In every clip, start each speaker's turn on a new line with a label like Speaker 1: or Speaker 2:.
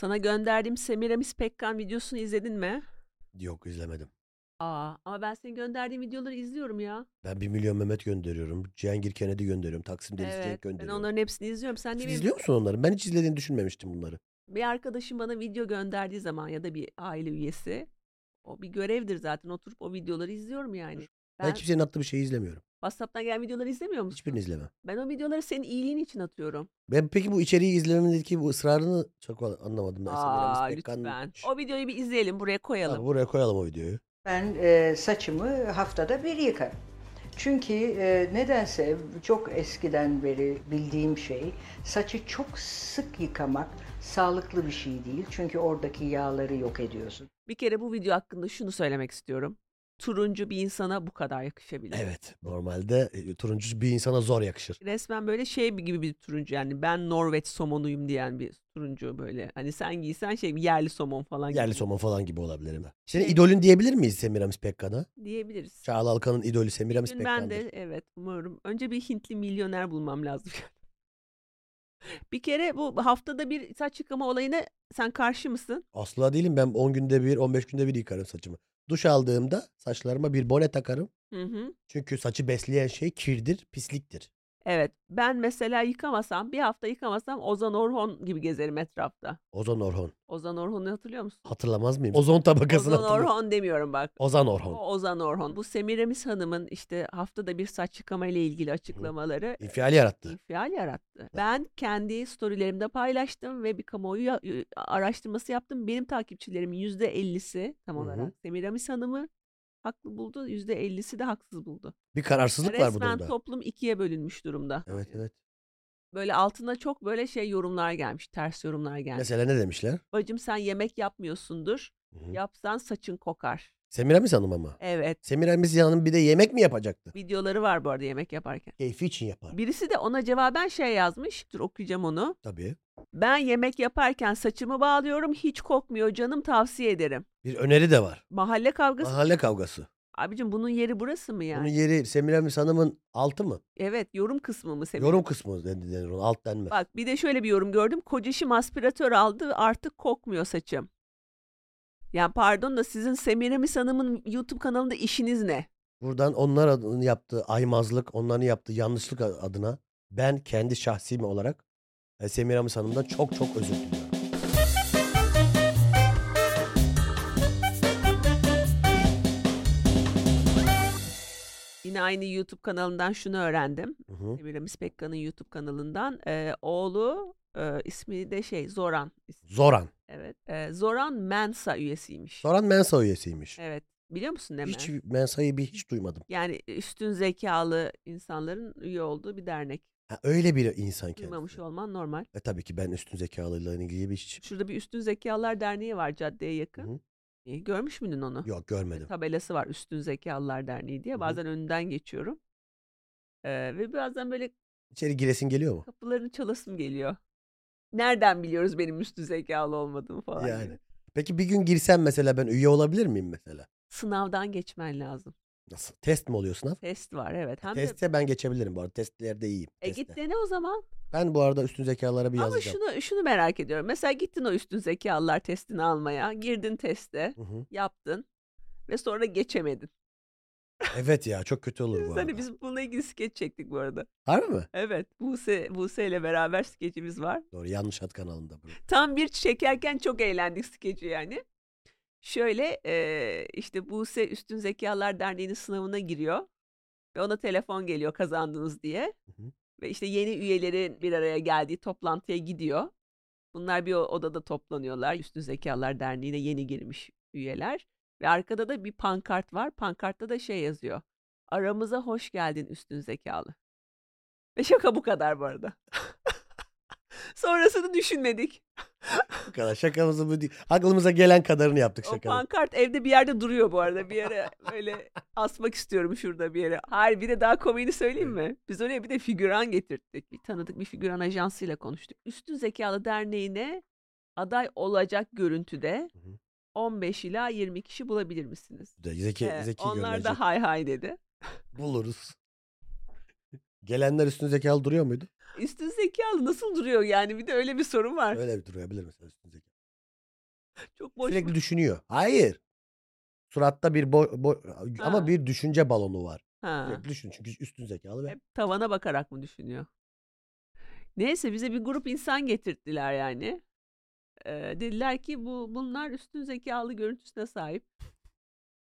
Speaker 1: Sana gönderdiğim Semiramis Pekkan videosunu izledin mi?
Speaker 2: Yok izlemedim.
Speaker 1: Aa, ama ben senin gönderdiğin videoları izliyorum ya.
Speaker 2: Ben 1 milyon Mehmet gönderiyorum. Cihangir Kennedy gönderiyorum. Taksim Deniz Cenk
Speaker 1: Evet, ben
Speaker 2: gönderiyorum.
Speaker 1: onların hepsini izliyorum. Sen ne
Speaker 2: Siz
Speaker 1: bileyim,
Speaker 2: izliyor musun onları? Ben hiç izlediğini düşünmemiştim bunları.
Speaker 1: bir arkadaşım bana video gönderdiği zaman ya da bir aile üyesi, o bir görevdir zaten. Oturup o videoları izliyorum yani.
Speaker 2: Ben,
Speaker 1: Ben
Speaker 2: kimsenin attığı bir şeyi izlemiyorum.
Speaker 1: WhatsApp'tan gelen videoları izlemiyor musun?
Speaker 2: Hiçbirini izlemem.
Speaker 1: Ben o videoları senin iyiliğin için atıyorum.
Speaker 2: Ben peki bu içeriği izlememdeki bu ısrarını çok anlamadım. Ben. Semiramis
Speaker 1: Aa,
Speaker 2: Pekkan-
Speaker 1: lütfen.
Speaker 2: Şş,
Speaker 1: O videoyu bir izleyelim, buraya
Speaker 2: tamam,
Speaker 1: koyalım.
Speaker 2: buraya koyalım o videoyu.
Speaker 3: Ben e, saçımı haftada bir yıkarım. Çünkü e, nedense çok eskiden beri bildiğim şey saçı çok sık yıkamak sağlıklı bir şey değil. Çünkü oradaki yağları yok ediyorsun.
Speaker 1: Bir kere bu video hakkında şunu söylemek istiyorum. Turuncu bir insana bu kadar yakışabilir.
Speaker 2: Evet. Normalde e, turuncu bir insana zor yakışır.
Speaker 1: resmen böyle şey bir- gibi bir turuncu yani ben Norveç somonuyum diyen bir turuncu böyle. Hani sen giysen şey yerli somon falan
Speaker 2: Yerli
Speaker 1: gibi
Speaker 2: somon falan gibi olabilir mi? Senin
Speaker 1: Evet.
Speaker 2: idolün diyebilir miyiz Semiramis Pekkan'a?
Speaker 1: diyebiliriz.
Speaker 2: Çağla Alkan'ın idolü Semiramis
Speaker 1: Bugün ben
Speaker 2: Pekkan'dır.
Speaker 1: de evet umarım. Önce bir Hintli milyoner bulmam lazım. bir kere bu haftada bir saç yıkama olayına sen karşı mısın?
Speaker 2: Asla değilim. Ben 10 günde bir, 15 günde bir yıkarım saçımı. Duş aldığımda saçlarıma bir bone takarım.
Speaker 1: Hı hı.
Speaker 2: Çünkü saçı besleyen şey kirdir, pisliktir.
Speaker 1: Evet ben mesela yıkamasam bir hafta yıkamasam Ozan Orhon gibi gezerim etrafta.
Speaker 2: Ozan Orhon.
Speaker 1: Ozan Orhon'u hatırlıyor musun?
Speaker 2: Hatırlamaz mıyım? Ozon tabakasını
Speaker 1: Ozan
Speaker 2: hatırlıyorum.
Speaker 1: Orhon demiyorum bak.
Speaker 2: Ozan Orhon.
Speaker 1: O Ozan Orhon. Bu Semiramis Hanım'ın işte haftada bir saç yıkama ile ilgili açıklamaları e,
Speaker 2: İnfial yarattı.
Speaker 1: infial yarattı. Ben kendi storylerimde paylaştım ve bir kamuoyu ya- y- araştırması yaptım. Benim takipçilerimin yüzde ellisi tam
Speaker 2: Hı hı.
Speaker 1: olarak Semiramis Hanım'ı haklı buldu. Yüzde ellisi de haksız buldu.
Speaker 2: Bir kararsızlık var bu
Speaker 1: Resmen
Speaker 2: durumda.
Speaker 1: toplum ikiye bölünmüş durumda.
Speaker 2: Evet evet.
Speaker 1: Böyle altına çok böyle şey yorumlar gelmiş. Ters yorumlar gelmiş.
Speaker 2: Mesela ne demişler?
Speaker 1: Bacım sen yemek yapmıyorsundur.
Speaker 2: Hı hı.
Speaker 1: Yapsan saçın kokar.
Speaker 2: Semiramis Hanım ama.
Speaker 1: Evet.
Speaker 2: Semiramis Hanım bir de yemek mi yapacaktı?
Speaker 1: Videoları var bu arada yemek yaparken.
Speaker 2: Keyfi için yapar.
Speaker 1: Birisi de ona cevaben şey yazmış. Dur okuyacağım onu.
Speaker 2: Tabii.
Speaker 1: Ben yemek yaparken saçımı bağlıyorum. Hiç kokmuyor canım tavsiye ederim.
Speaker 2: Bir öneri de var.
Speaker 1: Mahalle kavgası.
Speaker 2: Mahalle kavgası.
Speaker 1: Abicim bunun yeri burası mı yani?
Speaker 2: Bunun yeri Semiramis Hanım'ın altı mı?
Speaker 1: Evet yorum kısmı mı senin?
Speaker 2: Yorum kısmı denir, denir ona. Alt denmez.
Speaker 1: Bak bir de şöyle bir yorum gördüm. Kocaşım aspiratör aldı artık kokmuyor saçım. Yani pardon da sizin Semiramis Hanım'ın YouTube kanalında işiniz ne?
Speaker 2: Buradan onlar adını yaptığı aymazlık, onların yaptığı yanlışlık a- adına ben kendi şahsim olarak e, Semiramis Hanım'dan çok çok özür diliyorum.
Speaker 1: Yine aynı YouTube kanalından şunu öğrendim.
Speaker 2: Hı hı.
Speaker 1: Semiramis Pekkan'ın YouTube kanalından e, oğlu e, ismi de şey Zoran. ismi.
Speaker 2: Zoran.
Speaker 1: Evet. e, Zoran Mensa üyesiymiş.
Speaker 2: Zoran Mensa üyesiymiş.
Speaker 1: Evet. Biliyor musun ne
Speaker 2: Hiç
Speaker 1: Mens?
Speaker 2: Mensa'yı bir hiç duymadım.
Speaker 1: Yani üstün zekalı insanların üye olduğu bir dernek.
Speaker 2: Ha, öyle bir insan kendisi.
Speaker 1: Duymamış olman normal.
Speaker 2: E, tabii ki ben üstün zekalılığıyla ilgili bir hiç
Speaker 1: Şurada bir Üstün Zekalılar Derneği var caddeye yakın.
Speaker 2: Hı.
Speaker 1: E, görmüş müydün onu?
Speaker 2: yok
Speaker 1: E,
Speaker 2: görmedim.
Speaker 1: Tabelası var Üstün Zekalılar Derneği
Speaker 2: Hı
Speaker 1: diye.
Speaker 2: hı.
Speaker 1: Bazen önünden geçiyorum. E, ve bazen böyle
Speaker 2: İçeri giresin geliyor mu?
Speaker 1: kapılarını çalasım geliyor. Nereden biliyoruz benim üstün zekalı olmadığımı falan.
Speaker 2: Yani.
Speaker 1: gibi.
Speaker 2: Peki bir gün girsem mesela ben üye olabilir miyim mesela?
Speaker 1: Sınavdan geçmen lazım.
Speaker 2: Nasıl? Test mi oluyor sınav?
Speaker 1: Test var evet. Hem de
Speaker 2: Teste ben geçebilirim bu arada. Testlerde iyiyim.
Speaker 1: e,
Speaker 2: Teste.
Speaker 1: git dene o zaman.
Speaker 2: Ben bu arada üstün zekalara bir
Speaker 1: Ama
Speaker 2: yazacağım.
Speaker 1: şunu şunu merak ediyorum. Mesela gittin o üstün zekalılar testini almaya, girdin teste,
Speaker 2: Hı hı.
Speaker 1: yaptın ve sonra geçemedin.
Speaker 2: Evet ya çok kötü olur bu
Speaker 1: Biz hani
Speaker 2: arada.
Speaker 1: biz bununla ilgili skeç çektik bu arada.
Speaker 2: Harbi mi?
Speaker 1: Evet, Buse Buse ile beraber skeçimiz var.
Speaker 2: Doğru yanlış hat kanalında. bu.
Speaker 1: Tam bir çekerken çok eğlendik skeci yani. Şöyle eee, işte Buse Üstün Zekalar Derneği'nin sınavına giriyor. Ve ona telefon geliyor kazandınız diye.
Speaker 2: Hı hı.
Speaker 1: Ve işte yeni üyelerin bir araya geldiği toplantıya gidiyor. Bunlar bir o- odada toplanıyorlar. Üstün Zekalar Derneği'ne yeni girmiş üyeler. Ve arkada da bir pankart var. Pankartta da şey yazıyor. Aramıza hoş geldin üstün zekalı. Ve şaka bu kadar bu arada. Sonrasını düşünmedik.
Speaker 2: Bu kadar şakamızı bu değil. Aklımıza gelen kadarını yaptık
Speaker 1: O
Speaker 2: şakanın.
Speaker 1: pankart evde bir yerde duruyor bu arada. Bir yere böyle asmak istiyorum şurada bir yere. Hayır bir de daha komiğini söyleyeyim mi? Biz oraya bir de figüran getirttik. Bir tanıdık bir figüran ajansıyla konuştuk. Üstün Zekalı Derneği'ne aday olacak görüntüde
Speaker 2: Hı hı.
Speaker 1: 15 ila 20 kişi bulabilir misiniz?
Speaker 2: De Zeki,
Speaker 1: Ee,
Speaker 2: zeki
Speaker 1: onlar
Speaker 2: görünecek.
Speaker 1: da hay hay dedi.
Speaker 2: Buluruz. Gelenler üstün zekalı duruyor muydu?
Speaker 1: Üstün zekalı nasıl duruyor yani bir de öyle bir sorun var.
Speaker 2: Öyle bir duruyabilir mesela üstün zekalı.
Speaker 1: Çok boş.
Speaker 2: Sürekli düşünüyor. Hayır. Suratta bir bo- bo-
Speaker 1: Ha.
Speaker 2: ama bir düşünce balonu var.
Speaker 1: Ha.
Speaker 2: Sürekli düşün çünkü üstün zekalı ve
Speaker 1: Hep tavana bakarak mı düşünüyor? Neyse bize bir grup insan getirttiler yani. Ee, dediler ki bu bunlar üstün zekalı görüntüsüne sahip.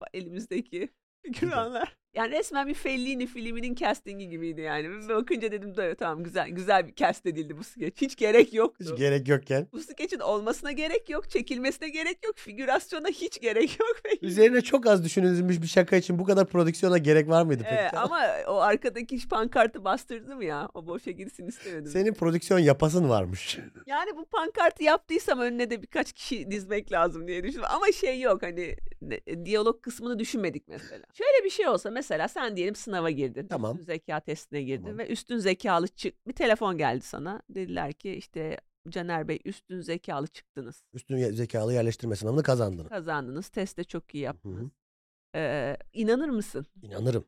Speaker 1: Bak Elimizdeki figüranlar. Yani resmen bir Fellini filminin castingi gibiydi yani. Ben bakınca dedim "Evet, tamam güzel güzel bir cast edildi bu skeç. Hiç gerek yoktu.
Speaker 2: hiç gerek yokken.
Speaker 1: bu skeçin olmasına gerek yok, çekilmesine gerek yok, figürasyona hiç gerek yok.
Speaker 2: Üzerine çok az düşünülmüş bir şaka için bu kadar prodüksiyona gerek var mıydı peki?
Speaker 1: Ee, ama o arkadaki pankartı bastırdım ya. O boşa gitsin istemedim.
Speaker 2: Senin prodüksiyon yapasın varmış.
Speaker 1: Yani bu pankartı yaptıysam önüne de birkaç kişi dizmek lazım diye düşündüm. Ama şey yok hani ne- diyalog kısmını düşünmedik mesela. Şöyle bir şey olsa mesela sen diyelim sınava girdin.
Speaker 2: Tamam.
Speaker 1: Üstün zeka testine girdin
Speaker 2: Tamam.
Speaker 1: ve üstün zekalı çık. Bir telefon geldi sana. Dediler ki işte Caner Bey üstün zekalı çıktınız.
Speaker 2: Üstün ye- zekalı yerleştirme sınavını kazandın.
Speaker 1: Kazandınız. Testte çok iyi
Speaker 2: Hı
Speaker 1: yaptınız.
Speaker 2: hı.
Speaker 1: Ee, inanır mısın?
Speaker 2: İnanırım.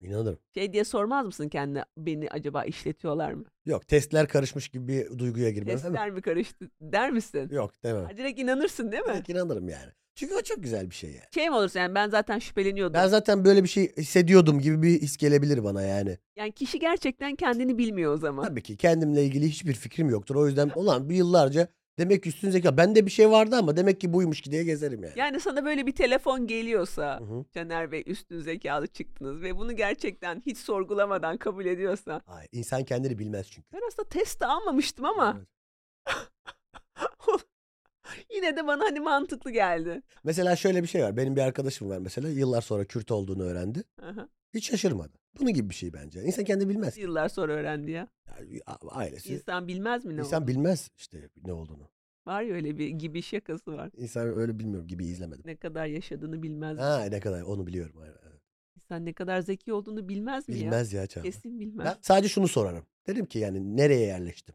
Speaker 2: İnanırım.
Speaker 1: Şey diye sormaz mısın kendine beni acaba işletiyorlar mı?
Speaker 2: Yok testler karışmış gibi bir duyguya girmem. değil mi?
Speaker 1: Testler mi karıştı der misin?
Speaker 2: Yok demem.
Speaker 1: Ha, Direkt inanırsın değil mi?
Speaker 2: Yok, inanırım yani. Çünkü o çok güzel bir şey yani.
Speaker 1: Şey mi olursa yani ben zaten şüpheleniyordum.
Speaker 2: Ben zaten böyle bir şey hissediyordum gibi bir his gelebilir bana yani.
Speaker 1: Yani kişi gerçekten kendini bilmiyor o zaman.
Speaker 2: Tabii ki kendimle ilgili hiçbir fikrim yoktur. O yüzden ulan bir yıllarca demek ki üstün zeka. Bende bir şey vardı ama demek ki buymuş ki diye gezerim yani.
Speaker 1: Yani sana böyle bir telefon geliyorsa
Speaker 2: Hı hı.
Speaker 1: Caner Bey üstün zekalı çıktınız ve bunu gerçekten hiç sorgulamadan kabul ediyorsa.
Speaker 2: Hayır, insan kendini bilmez çünkü.
Speaker 1: Ben aslında testi almamıştım ama
Speaker 2: Evet.
Speaker 1: yine de bana hani mantıklı geldi.
Speaker 2: Mesela şöyle bir şey var. Benim bir arkadaşım var mesela. Yıllar sonra Kürt olduğunu öğrendi.
Speaker 1: Aha.
Speaker 2: Hiç şaşırmadı. Bunun gibi bir şey bence. İnsan kendini bilmez.
Speaker 1: Yıllar sonra öğrendi ya.
Speaker 2: Yani a- ailesi.
Speaker 1: İnsan bilmez mi ne
Speaker 2: İnsan
Speaker 1: olduğunu?
Speaker 2: bilmez işte ne olduğunu.
Speaker 1: Var ya öyle bir gibi şakası var.
Speaker 2: İnsan öyle bilmiyorum gibi izlemedim.
Speaker 1: Ne kadar yaşadığını bilmez mi?
Speaker 2: Ha ne kadar onu biliyorum. Aynen, aynen.
Speaker 1: İnsan ne kadar zeki olduğunu bilmez mi ya?
Speaker 2: Bilmez ya Çağla.
Speaker 1: Kesin bilmez.
Speaker 2: Ben sadece şunu sorarım. Dedim ki yani nereye yerleştim?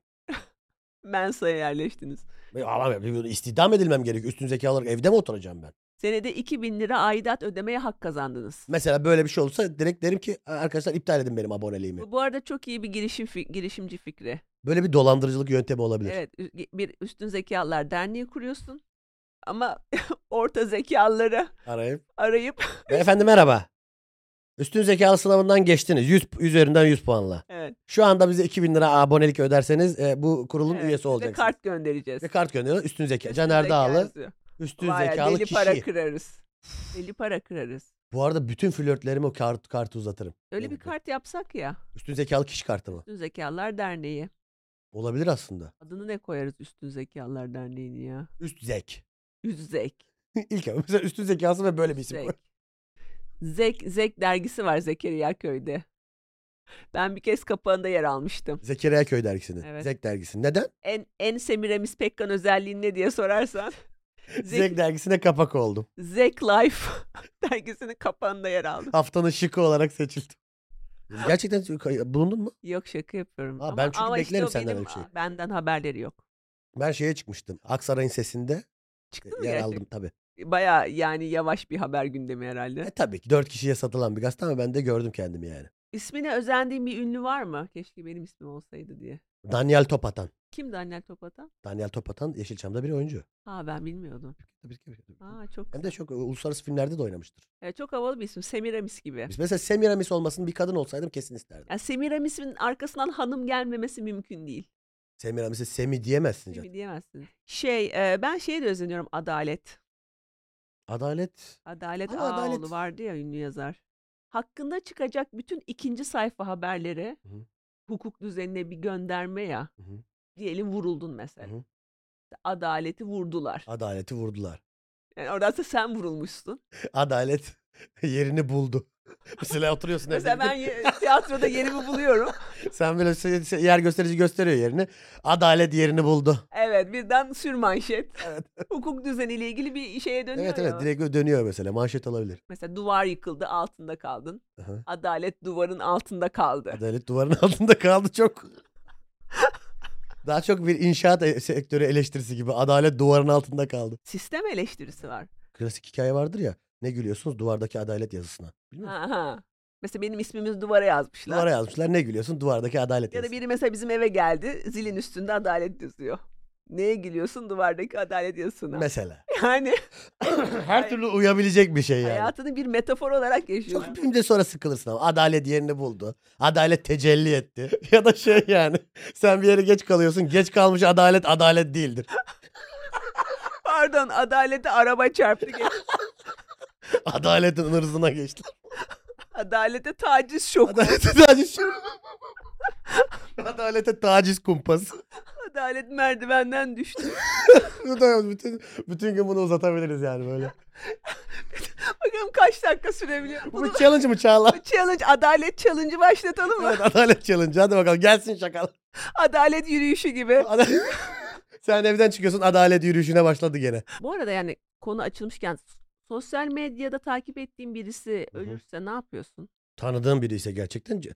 Speaker 1: Mensa'ya yerleştiniz.
Speaker 2: Ve Allah'ım ya, İstihdam edilmem gerekiyor. Üstün zeka olarak evde mi oturacağım ben?
Speaker 1: Senede 2000 lira aidat ödemeye hak kazandınız.
Speaker 2: Mesela böyle bir şey olsa direkt derim ki "Aa, arkadaşlar iptal edin benim aboneliğimi.
Speaker 1: Bu, bu arada çok iyi bir girişim fi- girişimci fikri.
Speaker 2: Böyle bir dolandırıcılık yöntemi olabilir.
Speaker 1: Evet, ü- ge- bir üstün zekalılar derneği kuruyorsun. Ama orta zekalıları
Speaker 2: Arayıp.
Speaker 1: arayıp
Speaker 2: Beyefendi merhaba. Üstün zekalı sınavından geçtiniz. 100 üzerinden 100 puanla.
Speaker 1: evet,
Speaker 2: Şu anda bize 2000 lira abonelik öderseniz e, bu kurulun
Speaker 1: evet,
Speaker 2: üyesi
Speaker 1: size
Speaker 2: olacaksınız.
Speaker 1: kart göndereceğiz.
Speaker 2: Ve kart gönderiyorlar. Üstün zeka.
Speaker 1: Üstün
Speaker 2: Caner Dağlı
Speaker 1: zekalısı.
Speaker 2: üstün
Speaker 1: Vay,
Speaker 2: zekalı
Speaker 1: deli
Speaker 2: kişi.
Speaker 1: para kırarız. Deli para kırarız.
Speaker 2: Bu arada bütün flörtlerime o kart, kartı uzatırım.
Speaker 1: Öyle
Speaker 2: Benim
Speaker 1: bir
Speaker 2: de.
Speaker 1: kart yapsak ya.
Speaker 2: Üstün zekalı kişi kartı mı?
Speaker 1: Üstün Zekalılar Derneği.
Speaker 2: Olabilir aslında.
Speaker 1: Adını ne koyarız Üstün Zekalılar Derneği'ni ya?
Speaker 2: Üst zek.
Speaker 1: Üzzek.
Speaker 2: İlk ama mesela üstün zekası ve böyle bir isim.
Speaker 1: Zek.
Speaker 2: koy.
Speaker 1: Zek, Zek dergisi var Zekeriya Köy'de. Ben bir kez kapağında yer almıştım.
Speaker 2: Zekeriya Köy dergisinin.
Speaker 1: Evet.
Speaker 2: Zek dergisi. Neden?
Speaker 1: En, en Semiramis Pekkan özelliği ne diye sorarsan.
Speaker 2: Zek,
Speaker 1: Zek,
Speaker 2: dergisine kapak oldum.
Speaker 1: Zek Life dergisinin kapağında yer aldım.
Speaker 2: Haftanın şıkı olarak seçildim. Gerçekten bulundun mu?
Speaker 1: Yok şaka yapıyorum.
Speaker 2: Aa, ben çünkü beklerim
Speaker 1: o
Speaker 2: senden
Speaker 1: benim-
Speaker 2: öyle bir şey.
Speaker 1: Benden haberleri yok.
Speaker 2: Ben şeye çıkmıştım. Aksaray'ın sesinde
Speaker 1: Çıktı mı
Speaker 2: yer
Speaker 1: gerçekten?
Speaker 2: aldım tabii.
Speaker 1: Baya yani yavaş bir haber gündemi herhalde.
Speaker 2: E tabii ki dört kişiye satılan bir gazete ama ben de gördüm kendimi yani.
Speaker 1: İsmine özendiğin bir ünlü var mı? Keşke benim ismim olsaydı diye.
Speaker 2: Daniel Topatan.
Speaker 1: Kim Daniel Topatan?
Speaker 2: Daniel Topatan Yeşilçam'da bir oyuncu.
Speaker 1: Ha ben bilmiyordum.
Speaker 2: Tabii ki, tabii ki.
Speaker 1: Aa çok
Speaker 2: Hem de çok e, uluslararası filmlerde de oynamıştır.
Speaker 1: Evet, çok havalı bir isim. Semiramis gibi.
Speaker 2: Biz mesela Semiramis olmasının bir kadın olsaydım kesin isterdim.
Speaker 1: Yani Semiramis'in arkasından hanım gelmemesi mümkün değil.
Speaker 2: Semiramis'e Semi diyemezsin canım.
Speaker 1: Semi diyemezsin. Şey, e, ben şeye de özeniyorum Adalet.
Speaker 2: Adalet.
Speaker 1: Adalet
Speaker 2: Ama
Speaker 1: Ağaoğlu
Speaker 2: Adalet-
Speaker 1: vardı ya ünlü yazar. Hakkında çıkacak bütün ikinci sayfa haberleri
Speaker 2: Hı hı.
Speaker 1: hukuk düzenine bir gönderme ya.
Speaker 2: Hı hı.
Speaker 1: Diyelim vuruldun mesela.
Speaker 2: Hı hı.
Speaker 1: İşte Adaleti vurdular.
Speaker 2: Adaleti vurdular.
Speaker 1: Yani oradan da sen vurulmuşsun.
Speaker 2: Adalet yerini buldu. Mesela oturuyorsun evde.
Speaker 1: Mesela ben ye- tiyatroda yerimi buluyorum.
Speaker 2: Sen böyle şey- şey- yer gösterici gösteriyor yerini. Adalet yerini buldu.
Speaker 1: Evet birden sürmanşet.
Speaker 2: Evet.
Speaker 1: Hukuk düzeniyle ilgili bir şeye dönüyor
Speaker 2: Evet
Speaker 1: ya.
Speaker 2: evet direkt böyle dönüyor mesela manşet olabilir.
Speaker 1: Mesela duvar yıkıldı altında kaldın.
Speaker 2: Aha.
Speaker 1: Adalet duvarın altında kaldı.
Speaker 2: Adalet duvarın altında kaldı çok. Daha çok bir inşaat e- sektörü eleştirisi gibi adalet duvarın altında kaldı.
Speaker 1: Sistem eleştirisi var.
Speaker 2: Klasik hikaye vardır ya. Ne gülüyorsunuz duvardaki adalet yazısına. Bilmiyor musun?
Speaker 1: Ha, ha. Mesela benim ismimiz duvara yazmışlar.
Speaker 2: Duvara yazmışlar ne gülüyorsun duvardaki
Speaker 1: Ya
Speaker 2: adalet
Speaker 1: da
Speaker 2: yazısına.
Speaker 1: biri mesela bizim eve geldi. Zilin üstünde adalet yazıyor. Neye gülüyorsun? Duvardaki adalet yazısına.
Speaker 2: Mesela.
Speaker 1: yani
Speaker 2: Her türlü uyabilecek bir şey yani.
Speaker 1: hayatını bir metafor olarak
Speaker 2: Çok
Speaker 1: yaşıyorsun.
Speaker 2: bir de sonra sıkılırsın ama. Adalet yerini buldu. Adalet tecelli etti. ya da şey yani. Sen bir yere geç kalıyorsun. Geç kalmış adalet adalet değildir.
Speaker 1: Pardon adalete araba çarptı.
Speaker 2: Adaletin hırzına geçti.
Speaker 1: Adalete taciz şoku.
Speaker 2: Adalete taciz. Adalete taciz kumpası.
Speaker 1: Adalet merdivenden düştü.
Speaker 2: Bu da bütün, bütün gün bunu uzatabiliriz yani böyle.
Speaker 1: Bakalım kaç dakika sürebiliyor.
Speaker 2: Bu
Speaker 1: Bunu
Speaker 2: bir challenge mı Çağla?
Speaker 1: challenge, adalet challenge'ı başlatalım mı?
Speaker 2: Evet adalet challenge. Hadi bakalım gelsin şakal.
Speaker 1: Adalet yürüyüşü gibi.
Speaker 2: Ada- Sen evden çıkıyorsun adalet yürüyüşüne başladı gene.
Speaker 1: Bu arada yani konu açılmışken sosyal medyada takip ettiğin birisi
Speaker 2: Hı hı.
Speaker 1: ölürse ne yapıyorsun?
Speaker 2: Tanıdığım biri ise gerçekten ce-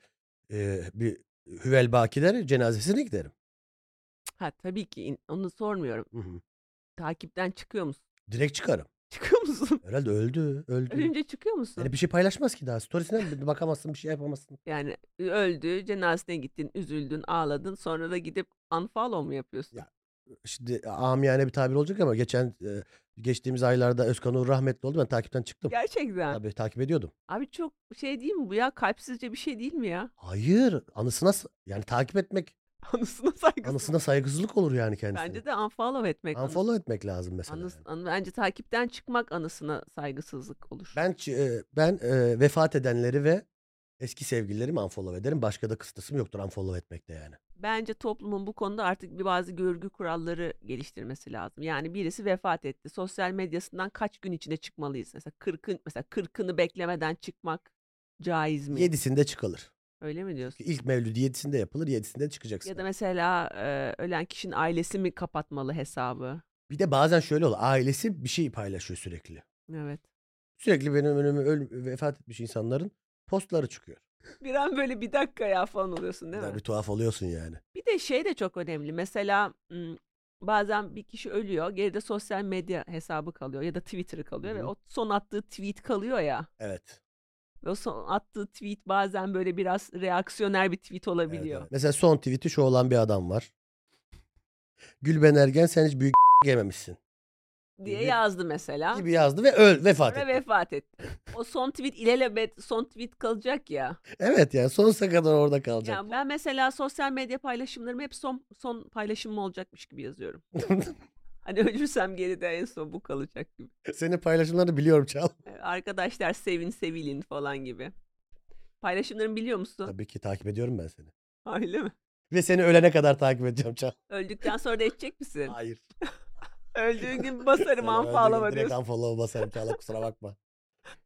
Speaker 2: e, bir Hüvel Bakiler cenazesine giderim.
Speaker 1: Ha tabii ki in- onu sormuyorum.
Speaker 2: Hı hı.
Speaker 1: Takipten çıkıyor musun?
Speaker 2: Direkt çıkarım.
Speaker 1: Çıkıyor musun?
Speaker 2: Herhalde öldü, öldü.
Speaker 1: Ölünce çıkıyor musun?
Speaker 2: Yani bir şey paylaşmaz ki daha. Storiesinden bir bakamazsın, bir şey yapamazsın.
Speaker 1: Yani öldü, cenazesine gittin, üzüldün, ağladın. Sonra da gidip unfollow mu yapıyorsun?
Speaker 2: Ya. Şimdi e, amiyane bir tabir olacak ama geçen e, geçtiğimiz aylarda Özkan Uğur rahmetli oldu. Ben takipten çıktım.
Speaker 1: Gerçekten.
Speaker 2: Tabii takip ediyordum.
Speaker 1: Abi çok şey değil mi bu ya? Kalpsizce bir şey değil mi ya?
Speaker 2: Hayır, anısına s- yani takip etmek
Speaker 1: Anısına saygısızlık.
Speaker 2: anısına saygısızlık olur yani kendisine.
Speaker 1: Bence de unfollow etmek. anısı-
Speaker 2: Unfollow etmek lazım mesela.
Speaker 1: anıs-
Speaker 2: yani.
Speaker 1: an- bence takipten çıkmak anısına saygısızlık olur.
Speaker 2: Ben ç- e, ben e, vefat edenleri ve eski sevgililerimi unfollow ederim. Başka da kıstasım yoktur unfollow etmekte yani.
Speaker 1: Bence toplumun bu konuda artık bir bazı görgü kuralları geliştirmesi lazım. Yani birisi vefat etti. Sosyal medyasından kaç gün içinde çıkmalıyız? Mesela 40'ın mesela 40'ını beklemeden çıkmak caiz mi?
Speaker 2: Yedisinde çıkılır.
Speaker 1: Öyle mi diyorsun?
Speaker 2: İlk mevlüdü yedisinde yapılır, yedisinde çıkacaksın.
Speaker 1: Ya da mesela e, ölen kişinin ailesi mi kapatmalı hesabı?
Speaker 2: Bir de bazen şöyle olur. Ailesi bir şey paylaşıyor sürekli.
Speaker 1: Evet.
Speaker 2: Sürekli benim önüme öl- vefat etmiş insanların postları çıkıyor.
Speaker 1: Bir an böyle bir dakika ya falan oluyorsun değil mi?
Speaker 2: Daha bir tuhaf oluyorsun yani.
Speaker 1: Bir de şey de çok önemli. Mesela m, bazen bir kişi ölüyor, geride sosyal medya hesabı kalıyor ya da Twitter'ı kalıyor
Speaker 2: Hı
Speaker 1: ve
Speaker 2: hı.
Speaker 1: o son attığı tweet kalıyor ya.
Speaker 2: Evet.
Speaker 1: Ve o son attığı tweet bazen böyle biraz reaksiyoner bir tweet
Speaker 2: evet,
Speaker 1: olabiliyor.
Speaker 2: evet. Mesela son tweet'i şu olan bir adam var. Gülben Ergen sen hiç büyük yememişsin
Speaker 1: Diye
Speaker 2: Gibi-
Speaker 1: yazdı mesela.
Speaker 2: gibi yazdı ve öl vefat
Speaker 1: Sonra
Speaker 2: etti.
Speaker 1: vefat etti. O son tweet ilelebet son tweet kalacak ya.
Speaker 2: Evet yani sonsuza kadar orada kalacak.
Speaker 1: Ya ben mesela sosyal medya paylaşımlarımı hep son son paylaşımım olacakmış gibi yazıyorum. Hani ölürsem geride en son bu kalacak gibi.
Speaker 2: Senin paylaşımlarını biliyorum Çal.
Speaker 1: Ee, Arkadaşlar sevin sevilin falan gibi. Paylaşımlarımı biliyor musun?
Speaker 2: Tabii ki takip ediyorum ben seni.
Speaker 1: Ha, Öyle mi?
Speaker 2: Ve seni ölene kadar takip edeceğim Çal.
Speaker 1: Öldükten sonra da edecek misin?
Speaker 2: Hayır.
Speaker 1: Öldüğün gibi basarım
Speaker 2: Sana öldüğüm
Speaker 1: anfalama
Speaker 2: Direkt
Speaker 1: diyorsun.
Speaker 2: unfollow basarım Çal kusura bakma.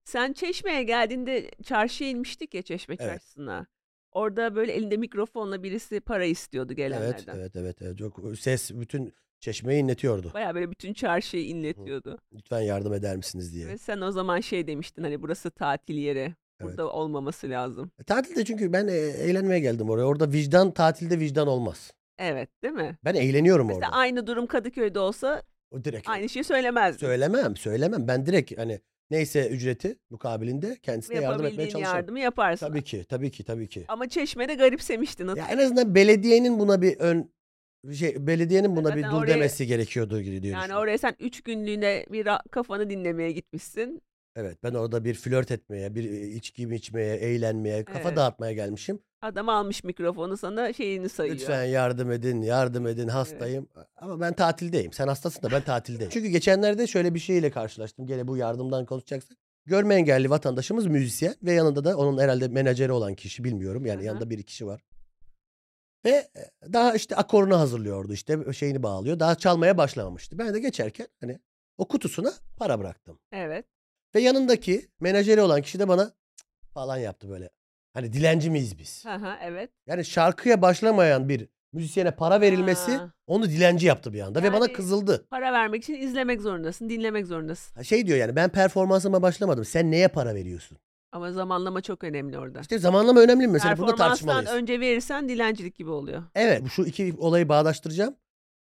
Speaker 1: Sen çeşmeye geldiğinde çarşıya inmiştik ya çeşme
Speaker 2: Evet.
Speaker 1: çarşısına. Orada böyle elinde mikrofonla birisi para istiyordu
Speaker 2: Evet,
Speaker 1: gelenlerden.
Speaker 2: evet evet evet. Çok ses bütün çeşmeyi inletiyordu.
Speaker 1: Baya böyle bütün çarşıyı inletiyordu.
Speaker 2: Lütfen yardım eder misiniz diye.
Speaker 1: Ve sen o zaman şey demiştin hani burası tatil yeri. Burada olmaması lazım.
Speaker 2: E, Tatilde çünkü ben e, eğlenmeye geldim oraya. Orada vicdan tatilde vicdan olmaz.
Speaker 1: Evet değil mi?
Speaker 2: Ben eğleniyorum
Speaker 1: Mesela
Speaker 2: orada.
Speaker 1: aynı durum Kadıköy'de olsa
Speaker 2: O direkt.
Speaker 1: aynı şey. şeyi söylemezdin.
Speaker 2: Söylemem, söylemem. Ben direkt hani neyse ücreti mukabilinde kendisine yardım etmeye
Speaker 1: Yapabildiğin
Speaker 2: çalışıyorum.
Speaker 1: yardımı yaparsın.
Speaker 2: Tabii ki, tabii ki, tabii ki.
Speaker 1: Ama Çeşme'de garipsemiştin.
Speaker 2: Ya
Speaker 1: hatırlıyorum.
Speaker 2: en azından belediyenin buna bir ön şey belediyenin buna bir
Speaker 1: Zaten
Speaker 2: dur
Speaker 1: oraya-
Speaker 2: demesi gerekiyordu diye
Speaker 1: Yani,
Speaker 2: düşünüyorum.
Speaker 1: oraya sen üç günlüğüne bir ra- kafanı dinlemeye gitmişsin.
Speaker 2: Evet ben orada bir flört etmeye, bir e, içki mi içmeye, eğlenmeye, kafa
Speaker 1: Evet.
Speaker 2: dağıtmaya gelmişim.
Speaker 1: Adam almış mikrofonu sana şeyini sayıyor.
Speaker 2: Lütfen yardım edin, yardım edin hastayım. Ama ben tatildeyim. Sen hastasın da ben tatildeyim. Çünkü geçenlerde şöyle bir şeyle karşılaştım. Gene bu yardımdan konuşacaksak. Görme engelli vatandaşımız müzisyen ve yanında da onun herhalde menajeri olan kişi bilmiyorum. Yani
Speaker 1: Aha.
Speaker 2: yanında bir kişi var. Ve e, daha işte akorunu hazırlıyordu işte şeyini bağlıyor. Daha çalmaya başlamamıştı. Ben de geçerken hani o kutusuna para bıraktım.
Speaker 1: Evet.
Speaker 2: Ve yanındaki menajeri olan kişi de bana "Cık" falan yaptı böyle. Hani dilenci miyiz biz?
Speaker 1: Ha ha evet.
Speaker 2: Yani şarkıya başlamayan bir müzisyene para verilmesi
Speaker 1: Ha.
Speaker 2: onu dilenci yaptı bir anda ve bana
Speaker 1: Yani-
Speaker 2: kızıldı.
Speaker 1: Para vermek için izlemek zorundasın, dinlemek zorundasın.
Speaker 2: Ha, Şey diyor yani ben performansıma başlamadım. Sen neye para veriyorsun?
Speaker 1: Ama zamanlama çok önemli orada.
Speaker 2: İşte zamanlama önemli mi? Mesela bunu
Speaker 1: Ah. Performanstan
Speaker 2: tartışmalıyız.
Speaker 1: önce verirsen dilencilik gibi oluyor.
Speaker 2: Evet bu- şu iki olayı bağdaştıracağım.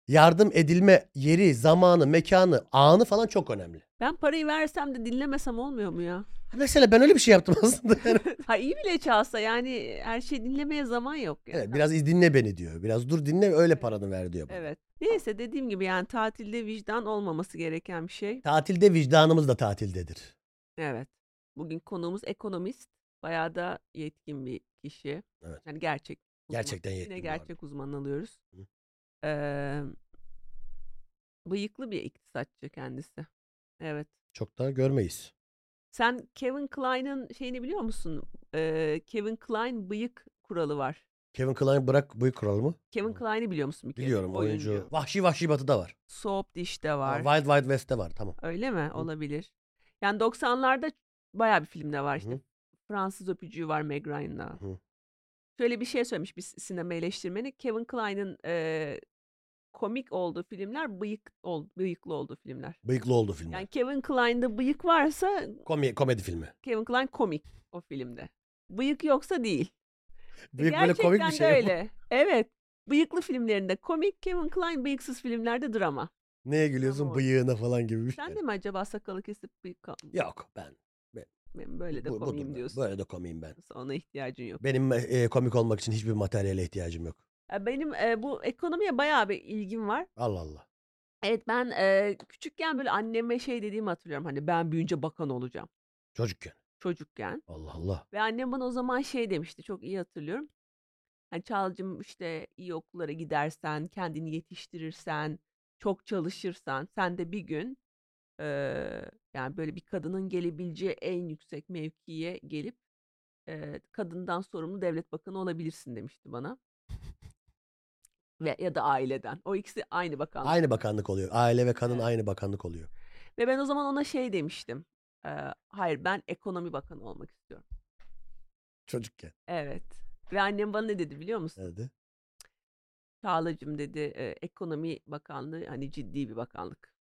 Speaker 2: Yardım edilme yeri, zamanı, mekanı, anı falan çok önemli.
Speaker 1: Ben parayı versem de dinlemesem olmuyor mu ya?
Speaker 2: Mesela ben öyle bir şey yaptım aslında. Yani,
Speaker 1: Ha iyi bile çalsa yani her şeyi dinlemeye zaman yok. Yani.
Speaker 2: evet, biraz dinle beni diyor. Biraz dur dinle öyle paranı ver diyor. bana.
Speaker 1: Evet. Neyse dediğim gibi yani tatilde vicdan olmaması gereken bir şey.
Speaker 2: Tatilde vicdanımız da tatildedir.
Speaker 1: Evet. Bugün konuğumuz ekonomist. Bayağı da yetkin bir kişi.
Speaker 2: Evet.
Speaker 1: Yani gerçek. uzman.
Speaker 2: Gerçekten yetkin.
Speaker 1: Yine
Speaker 2: bu arada.
Speaker 1: gerçek uzman alıyoruz.
Speaker 2: Hı.
Speaker 1: Ee, bıyıklı bir iktisatçı kendisi. Evet.
Speaker 2: Çok daha görmeyiz.
Speaker 1: Sen Kevin Klein'ın şeyini biliyor musun? Ee, Kevin Klein bıyık kuralı var.
Speaker 2: Kevin Kline bırak bu kuralı mı?
Speaker 1: Kevin
Speaker 2: Hı.
Speaker 1: Klein'i biliyor musun bir kere?
Speaker 2: Biliyorum oyuncu. Vahşi Vahşi Batı'da var.
Speaker 1: Soap Dish'te
Speaker 2: Ha,
Speaker 1: var.
Speaker 2: Wild Wild West'te var tamam.
Speaker 1: Öyle mi? Olabilir. Yani 90'larda bayağı bir filmde var işte.
Speaker 2: Hı.
Speaker 1: Fransız öpücüğü var Meg Ryan'la.
Speaker 2: Hı.
Speaker 1: Şöyle bir şey söylemiş bir sinema eleştirmeni. Kevin Klein'in eee, komik olduğu filmler bıyık ol, bıyıklı olduğu filmler.
Speaker 2: Bıyıklı oldu filmi.
Speaker 1: Yani Kevin Klein'de bıyık varsa
Speaker 2: Komi- komedi filmi.
Speaker 1: Kevin Klein komik o filmde. Bıyık yoksa değil. E,
Speaker 2: Bıyık böyle
Speaker 1: Gerçekten
Speaker 2: komik bir şey.
Speaker 1: de öyle. Evet. Bıyıklı filmlerinde komik, Kevin Klein bıyıksız filmlerde drama.
Speaker 2: Neye gülüyorsun
Speaker 1: Tamam.
Speaker 2: bıyığına falan gibi bir şey.
Speaker 1: Sen de mi acaba sakalı kesip bıyık
Speaker 2: Yok ben.
Speaker 1: Ben böyle de
Speaker 2: bu- budur
Speaker 1: komiyim
Speaker 2: ben.
Speaker 1: diyorsun.
Speaker 2: Böyle de komiyim ben.
Speaker 1: Ona ihtiyacın yok.
Speaker 2: Benim e, komik olmak için hiçbir materyale ihtiyacım yok.
Speaker 1: Ya Benim e, bu ekonomiye bayağı bir ilgim var.
Speaker 2: Allah Allah.
Speaker 1: Evet ben e, küçükken böyle anneme şey dediğimi hatırlıyorum. Hani ben büyüyünce bakan olacağım
Speaker 2: Çocukken.
Speaker 1: çocukken.
Speaker 2: Allah Allah.
Speaker 1: Ve annem bana o zaman şey demişti çok iyi hatırlıyorum. Hani Çağla'cığım işte iyi okullara gidersen, kendini yetiştirirsen, çok çalışırsan sen de bir gün e, yani böyle bir kadının gelebileceği en yüksek mevkiye gelip e, kadından sorumlu devlet bakanı olabilirsin demişti bana. Ve ya da aileden. O ikisi aynı bakanlık.
Speaker 2: Aynı bakanlık oluyor. Aile ve kadın
Speaker 1: Evet.
Speaker 2: aynı bakanlık oluyor.
Speaker 1: Ve ben o zaman ona şey demiştim. "Ee, hayır ben ekonomi bakanı olmak istiyorum.
Speaker 2: Çocukken.
Speaker 1: Evet. Ve annem bana ne dedi biliyor musun?
Speaker 2: Nerede?
Speaker 1: Çağla'cığım dedi "e, ekonomi bakanlığı hani ciddi bir bakanlık.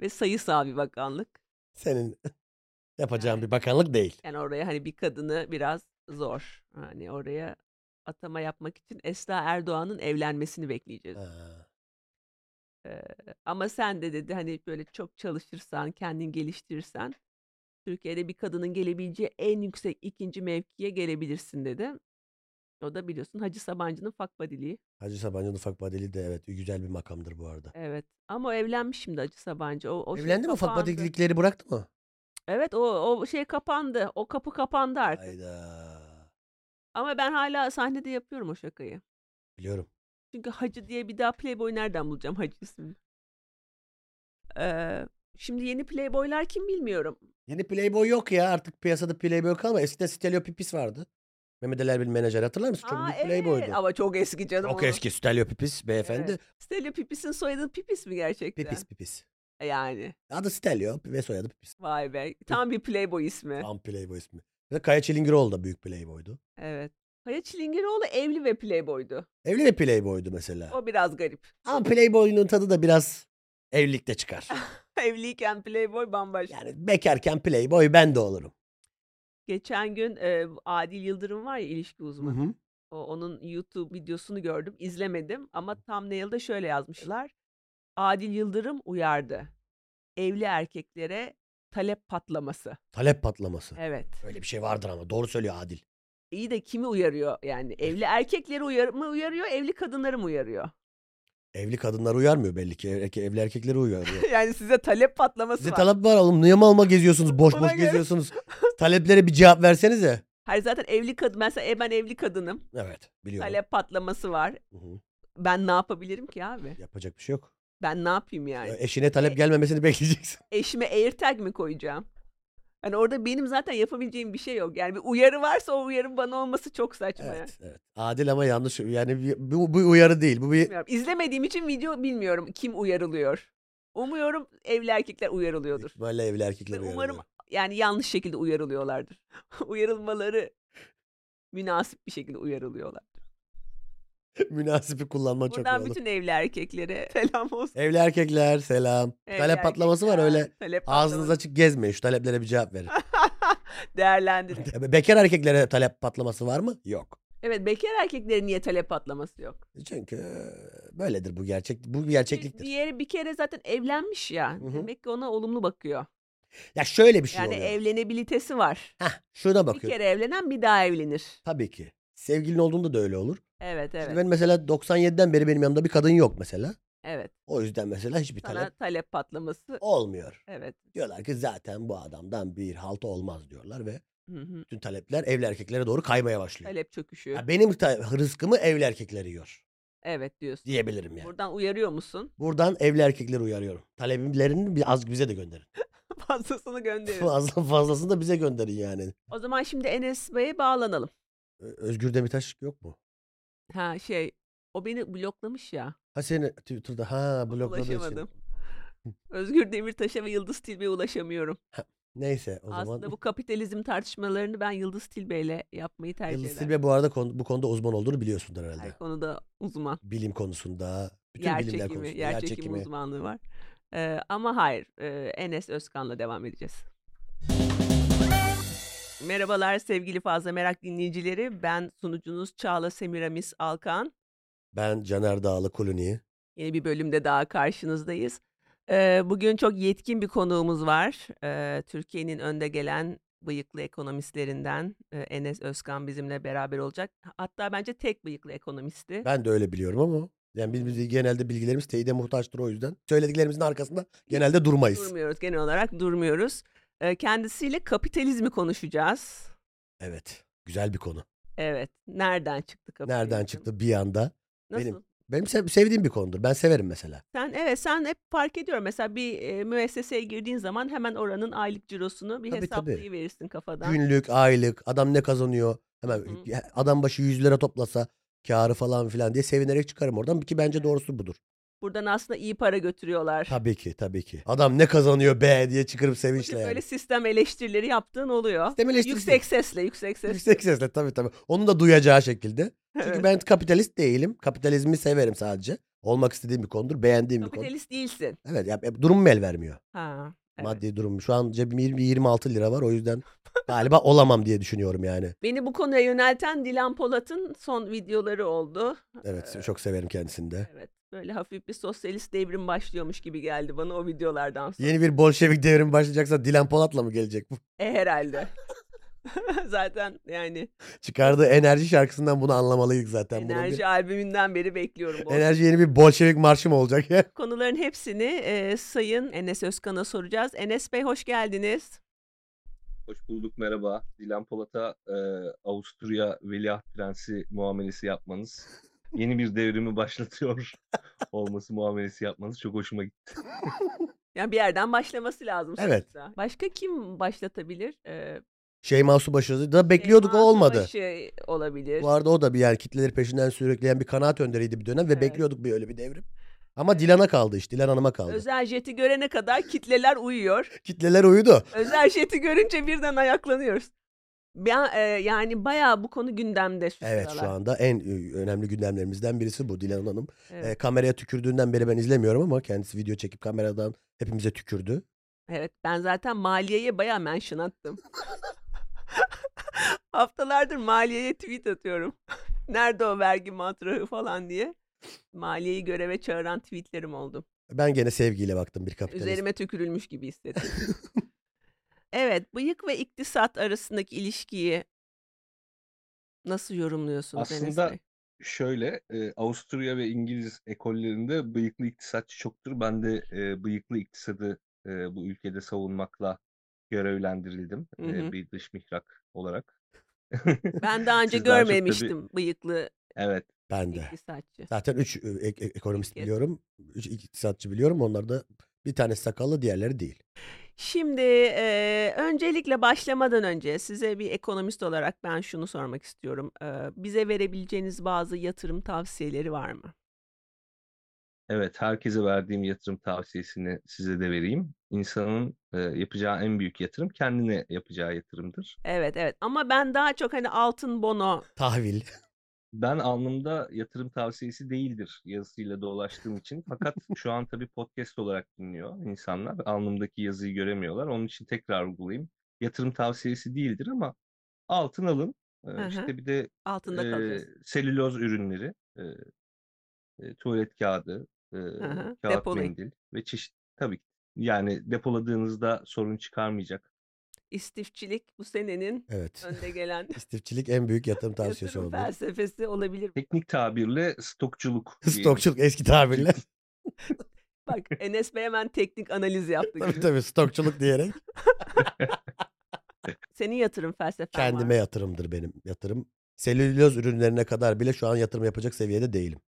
Speaker 1: Ve sayısal bir bakanlık.
Speaker 2: Senin yapacağın bir bakanlık değil.
Speaker 1: Yani oraya hani bir kadını biraz zor. Hani oraya atama yapmak için Esra Erdoğan'ın evlenmesini bekleyeceğiz.
Speaker 2: Ha.
Speaker 1: Ama sen de dedi hani böyle çok çalışırsan, kendini geliştirirsen Türkiye'de bir kadının gelebileceği en yüksek ikinci mevkiye gelebilirsin dedi. O da biliyorsun Hacı Sabancı'nın fakbadiliği.
Speaker 2: Hacı Sabancı'nın ufak badeli de evet güzel bir makamdır bu arada.
Speaker 1: Evet. Ama o evlenmiş şimdi Hacı Sabancı. O, o şey
Speaker 2: Evlendi mi ufak
Speaker 1: kapandı.
Speaker 2: badelikleri bıraktı mı?
Speaker 1: Evet o, o şey kapandı. O kapı kapandı artık.
Speaker 2: Hayda.
Speaker 1: Ama ben hala sahnede yapıyorum o şakayı.
Speaker 2: Biliyorum.
Speaker 1: Çünkü Hacı diye bir daha Playboy nereden bulacağım Hacı ismini? Ee, şimdi yeni Playboy'lar kim bilmiyorum.
Speaker 2: Yeni Playboy yok ya. Artık piyasada Playboy kalmadı. Eskiden Stelio Pipis vardı. Mehmet Ali Erbil menajer hatırlar mısın? Çok
Speaker 1: Aa,
Speaker 2: büyük
Speaker 1: evet.
Speaker 2: Playboy'du.
Speaker 1: Ama çok eski canım.
Speaker 2: Çok
Speaker 1: o.
Speaker 2: eski Stelio Pipis beyefendi.
Speaker 1: Evet. Stelio Pipis'in soyadı Pipis mi gerçekten? E,
Speaker 2: Pipis Pipis.
Speaker 1: Yani
Speaker 2: Adı Stelio ve soyadı Pipis.
Speaker 1: vay be. Tam bir Playboy ismi.
Speaker 2: Tam Playboy ismi. Ve Kaya Çilingiroğlu da büyük Playboy'du.
Speaker 1: Evet. Kaya Çilingiroğlu evli ve Playboy'du.
Speaker 2: Evli de Playboy'du mesela.
Speaker 1: O biraz garip.
Speaker 2: Ama Playboy'un tadı da biraz evlilikte çıkar.
Speaker 1: Evliyken Playboy bambaşka.
Speaker 2: Yani bekarken Playboy ben de olurum.
Speaker 1: Geçen gün e, Adil Yıldırım var ya ilişki uzmanı.
Speaker 2: Hı hı.
Speaker 1: O, onun YouTube videosunu gördüm. izlemedim ama thumbnail'da şöyle yazmışlar. Adil Yıldırım uyardı. Evli erkeklere talep patlaması.
Speaker 2: Talep patlaması.
Speaker 1: Evet.
Speaker 2: Öyle bir şey vardır ama doğru söylüyor Adil.
Speaker 1: İyi de kimi uyarıyor yani? Evli erkekleri uyar mı uyarıyor, evli kadınları mı uyarıyor?
Speaker 2: Evli kadınlar uyarmıyor belli ki. Erke- Evli erkekleri uyarıyor.
Speaker 1: Yani size talep patlaması
Speaker 2: Size
Speaker 1: var.
Speaker 2: talep var oğlum. Niye mal mal geziyorsunuz? Boş
Speaker 1: Ona
Speaker 2: boş
Speaker 1: göre.
Speaker 2: geziyorsunuz. Taleplere bir cevap versenize.
Speaker 1: Hayır zaten evli kadın. Mesela e, ben evli kadınım.
Speaker 2: Evet biliyorum.
Speaker 1: Talep patlaması var.
Speaker 2: Hı hı.
Speaker 1: Ben ne yapabilirim ki abi?
Speaker 2: Yapacak bir şey yok.
Speaker 1: Ben ne yapayım yani? e,
Speaker 2: Eşine talep gelmemesini bekleyeceksin.
Speaker 1: Eşime AirTag mi koyacağım? Hani orada benim zaten yapabileceğim bir şey yok. Yani bir uyarı varsa o uyarı bana olması çok saçma. yani.
Speaker 2: Evet, evet. Adil ama yanlış. Yani bir- bu, bu uyarı değil. Bu bir
Speaker 1: Bilmiyorum. İzlemediğim için video bilmiyorum kim uyarılıyor. Umuyorum evli erkekler uyarılıyordur.
Speaker 2: böyle evli
Speaker 1: Ve
Speaker 2: erkekler uyarı.
Speaker 1: umarım yani yanlış şekilde uyarılıyorlardır. Uyarılmaları münasip bir şekilde uyarılıyorlar.
Speaker 2: Münasipi kullanman çok iyi
Speaker 1: Buradan
Speaker 2: olur.
Speaker 1: bütün evli erkeklere selam olsun.
Speaker 2: Evli erkekler selam.
Speaker 1: Evli
Speaker 2: talep patlaması var
Speaker 1: erkekler,
Speaker 2: öyle.
Speaker 1: Talep
Speaker 2: Ağzınız açık gezmeyin. Şu taleplere bir cevap verin.
Speaker 1: patlaması. Değerlendirin.
Speaker 2: Be- Bekar erkeklere talep patlaması var mı? Yok.
Speaker 1: Evet bekar erkeklerin niye talep patlaması yok?
Speaker 2: Çünkü böyledir bu gerçek. Bu bir
Speaker 1: Çünkü
Speaker 2: gerçekliktir.
Speaker 1: Diğeri bir kere zaten evlenmiş ya.
Speaker 2: Hı hı.
Speaker 1: Demek ki ona olumlu bakıyor.
Speaker 2: Ya şöyle bir şey
Speaker 1: Yani
Speaker 2: oluyor.
Speaker 1: evlenebilitesi var.
Speaker 2: Hah, şuna
Speaker 1: Bir
Speaker 2: bakıyor.
Speaker 1: kere evlenen bir daha evlenir.
Speaker 2: Tabii ki. Sevgilin olduğunda da öyle olur.
Speaker 1: Evet evet.
Speaker 2: Şimdi ben mesela 97'den beri benim yanımda bir kadın yok mesela.
Speaker 1: Evet.
Speaker 2: O yüzden mesela hiçbir
Speaker 1: Sana
Speaker 2: talep
Speaker 1: talep patlaması.
Speaker 2: olmuyor.
Speaker 1: Evet.
Speaker 2: Diyorlar ki zaten bu adamdan bir halta olmaz diyorlar ve
Speaker 1: Hı hı.
Speaker 2: bütün talepler evli erkeklere doğru kaymaya başlıyor.
Speaker 1: Talep çöküşü.
Speaker 2: Ya benim ta- rızkımı evli erkekler yiyor
Speaker 1: Evet diyorsun.
Speaker 2: diyebilirim yani.
Speaker 1: Buradan uyarıyor musun?
Speaker 2: Buradan evli erkekleri uyarıyorum. Talebimlerini bir az bize de gönderin.
Speaker 1: Fazlasını gönderiyor.
Speaker 2: Fazla fazlasını da bize gönderin yani.
Speaker 1: o zaman şimdi Enes Bey'e bağlanalım.
Speaker 2: Ö- Özgür Demirtaş yok mu?
Speaker 1: Ha şey o beni bloklamış ya.
Speaker 2: Ha seni Twitter'da ha blokladığı için.
Speaker 1: Ulaşamadım. Özgür Demirtaş'a ve Yıldız Tilbe'ye ulaşamıyorum.
Speaker 2: Neyse o
Speaker 1: Aslında
Speaker 2: zaman.
Speaker 1: bu kapitalizm tartışmalarını ben Yıldız Tilbe'yle yapmayı tercih
Speaker 2: Yıldız
Speaker 1: ederim.
Speaker 2: Tilbe bu arada kon- bu konuda uzman olduğunu biliyorsundur herhalde.
Speaker 1: Her konuda uzman.
Speaker 2: Bilim konusunda, bütün
Speaker 1: yer
Speaker 2: bilimler
Speaker 1: çekimi,
Speaker 2: konusunda,
Speaker 1: yer çekimi uzmanlığı var. Ee, ama hayır, e, Enes Özkan'la devam edeceğiz. Merhabalar sevgili Fazla Merak dinleyicileri. Ben sunucunuz Çağla Semiramis Alkan.
Speaker 2: Ben Caner Dağlı Kuluni.
Speaker 1: Yeni bir bölümde daha karşınızdayız. Ee, bugün çok yetkin bir konuğumuz var. Ee, Türkiye'nin önde gelen bıyıklı ekonomistlerinden e, Enes Özkan bizimle beraber olacak. Hatta bence tek bıyıklı ekonomisti.
Speaker 2: Ben de öyle biliyorum ama yani biz, biz genelde bilgilerimiz teyide muhtaçtır o yüzden. Söylediklerimizin arkasında genelde durmayız.
Speaker 1: Durmuyoruz genel olarak durmuyoruz. Ee, Kendisiyle kapitalizmi konuşacağız.
Speaker 2: Evet. Güzel bir konu.
Speaker 1: Evet. Nereden çıktı kapitalizm?
Speaker 2: Nereden çıktı bir anda?
Speaker 1: Nasıl?
Speaker 2: Benim. Benim sev- sevdiğim bir konudur. Ben severim mesela.
Speaker 1: Sen evet sen hep fark ediyorum. Mesela bir e, müesseseye girdiğin zaman hemen oranın aylık cirosunu bir
Speaker 2: Tabii, tabii.
Speaker 1: hesaplayıverirsin kafadan.
Speaker 2: Günlük, aylık, adam ne kazanıyor? Hemen
Speaker 1: Hı
Speaker 2: adam başı 100 lira toplasa karı falan filan diye sevinerek çıkarım oradan ki bence doğrusu budur.
Speaker 1: Buradan aslında iyi para götürüyorlar.
Speaker 2: Tabii ki, tabii ki. Adam ne kazanıyor be diye çıkarıp
Speaker 1: Bu
Speaker 2: sevinçle
Speaker 1: tür
Speaker 2: yani.
Speaker 1: Böyle sistem eleştirileri yaptığın oluyor.
Speaker 2: Sistem eleştirisi.
Speaker 1: Yüksek sesle, yüksek sesle.
Speaker 2: Yüksek sesle tabii tabii. Onun da duyacağı şekilde. Çünkü
Speaker 1: Evet.
Speaker 2: ben kapitalist değilim. Kapitalizmi severim sadece. Olmak istediğim bir konudur, beğendiğim bir konu.
Speaker 1: Kapitalist değilsin.
Speaker 2: Evet, ya, ya durumum el vermiyor.
Speaker 1: Ha. evet.
Speaker 2: Maddi durum. Şu an cebim 20 26 lira var o yüzden galiba olamam diye düşünüyorum yani.
Speaker 1: Beni bu konuya yönelten Dilan Polat'ın son videoları oldu.
Speaker 2: Evet,
Speaker 1: Ee,
Speaker 2: çok severim kendisini de.
Speaker 1: Evet. Böyle hafif bir sosyalist devrim başlıyormuş gibi geldi bana o videolardan sonra.
Speaker 2: Yeni bir Bolşevik devrimi başlayacaksa Dilan Polat'la mı gelecek bu?
Speaker 1: E herhalde. zaten yani
Speaker 2: Çıkardığı enerji şarkısından bunu anlamalıyız zaten. Bunun
Speaker 1: enerji
Speaker 2: bir-
Speaker 1: albümünden beri bekliyorum. bu
Speaker 2: enerji yeni bir Bolşevik marşı mı olacak ya?
Speaker 1: Konuların hepsini e, Sayın Enes Özkan'a soracağız. Enes Bey hoş geldiniz.
Speaker 4: Hoş bulduk, merhaba. Dilan Polat'a e, Avusturya Veliaht Prensi muamelesi yapmanız, yeni bir devrimi başlatıyor olması muamelesi yapmanız çok hoşuma gitti.
Speaker 1: Yani bir yerden başlaması lazım.
Speaker 2: Evet.
Speaker 1: sonuçta. Başka kim başlatabilir? Ee,
Speaker 2: Şeyma Subaşı da bekliyorduk o
Speaker 1: Şeyma
Speaker 2: olmadı.
Speaker 1: Subaşı olabilir.
Speaker 2: Bu arada o da bir yani kitleleri peşinden sürükleyen bir kanaat önderiydi bir dönem ve
Speaker 1: Evet.
Speaker 2: bekliyorduk bir öyle bir devrim. Ama Dilan'a kaldı işte. Dilan Hanım'a kaldı.
Speaker 1: Özel jeti görene kadar kitleler uyuyor.
Speaker 2: Kitleler uyudu.
Speaker 1: Özel jeti görünce birden ayaklanıyoruz. Ben, e, yani bayağı bu konu gündemde şu
Speaker 2: Evet şu
Speaker 1: sıralar.
Speaker 2: anda en ö- önemli gündemlerimizden birisi bu Dilan Hanım.
Speaker 1: Evet.
Speaker 2: Ee, kameraya tükürdüğünden beri ben izlemiyorum ama kendisi video çekip kameradan hepimize tükürdü.
Speaker 1: Evet ben zaten maliyeye bayağı mention attım. Haftalardır maliyeye tweet atıyorum. Nerede o vergi matrağı falan diye. Maliyeyi göreve çağıran tweetlerim oldu.
Speaker 2: Ben gene sevgiyle baktım bir kapitalist.
Speaker 1: Üzerime tükürülmüş gibi hissettim. evet bıyık ve iktisat arasındaki ilişkiyi nasıl yorumluyorsunuz Enes
Speaker 4: Aslında
Speaker 1: Bey?
Speaker 4: Şöyle, e, Avusturya ve İngiliz ekollerinde bıyıklı iktisatçı çoktur. Ben de e, bıyıklı iktisadı e, bu ülkede savunmakla görevlendirildim
Speaker 1: Hı
Speaker 4: e,
Speaker 1: hı.
Speaker 4: bir dış mihrak olarak.
Speaker 1: Ben daha önce
Speaker 4: Siz daha çok tabii-
Speaker 1: görmemiştim bıyıklı
Speaker 4: Evet,
Speaker 2: Ben de.
Speaker 1: iktisatçı.
Speaker 2: Zaten 3 ekonomist
Speaker 1: İki.
Speaker 2: biliyorum. 3 iktisatçı biliyorum. Onlar da bir tanesi sakallı diğerleri değil.
Speaker 1: Şimdi eee, öncelikle başlamadan önce size bir ekonomist olarak ben şunu sormak istiyorum. Eee, bize verebileceğiniz bazı yatırım tavsiyeleri var mı?
Speaker 4: Evet, herkese verdiğim yatırım tavsiyesini size de vereyim. İnsanın e, yapacağı en büyük yatırım kendine yapacağı yatırımdır.
Speaker 1: Evet evet ama ben daha çok hani altın bono
Speaker 2: Tahvil.
Speaker 4: Ben alnımda yatırım tavsiyesi değildir yazısıyla dolaştığım için. Fakat şu an tabii podcast olarak dinliyor insanlar. Alnımdaki yazıyı göremiyorlar. Onun için tekrar vurgulayayım. Yatırım tavsiyesi değildir ama altın alın. E,
Speaker 1: Hı hı.
Speaker 4: İşte bir de
Speaker 1: altında
Speaker 4: e,
Speaker 1: kalacağız.
Speaker 4: selüloz ürünleri, e, e, tuvalet kağıdı, e,
Speaker 1: hı,
Speaker 4: kağıt
Speaker 1: depolayın.
Speaker 4: mendil ve çeşit tabii ki. Yani depoladığınızda sorun çıkarmayacak
Speaker 1: İstifçilik bu senenin
Speaker 2: Evet.
Speaker 1: önde gelen
Speaker 2: İstifçilik en büyük yatırım tavsiyesi
Speaker 1: yatırım
Speaker 2: oldu.
Speaker 1: felsefesi olabilir.
Speaker 4: Teknik tabirle stokçuluk. diyelim.
Speaker 2: Stokçuluk eski tabirle.
Speaker 1: Bak Enes Bey hemen teknik analiz yaptı.
Speaker 2: tabii
Speaker 1: gibi.
Speaker 2: tabii stokçuluk diyerek
Speaker 1: Senin yatırım felsefen var
Speaker 2: kendime yatırımdır benim yatırım. Selüloz ürünlerine kadar bile şu an yatırım yapacak seviyede değilim.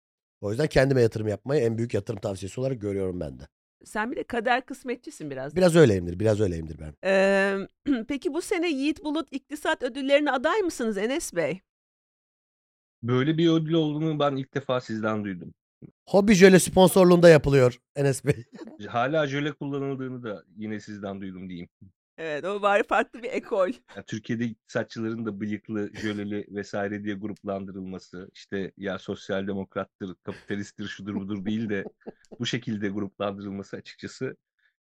Speaker 2: O yüzden kendime yatırım yapmayı en büyük yatırım tavsiyesi olarak görüyorum ben de.
Speaker 1: Sen bir de kader kısmetçisin biraz.
Speaker 2: Biraz öyleyimdir, biraz öyleyimdir ben.
Speaker 1: Ee, peki bu sene Yiğit Bulut İktisat Ödülleri'ne aday mısınız Enes Bey?
Speaker 4: Böyle bir ödül olduğunu ben ilk defa sizden duydum.
Speaker 2: Hobi Jöle sponsorluğunda yapılıyor Enes Bey.
Speaker 4: Hala jöle kullanıldığını da yine sizden duydum diyeyim.
Speaker 1: Evet o var farklı bir ekol.
Speaker 4: Yani Türkiye'de iktisatçıların da bıyıklı, jöleli vesaire diye gruplandırılması, işte ya sosyal demokrattır, kapitalisttir, şudur budur değil de bu şekilde gruplandırılması açıkçası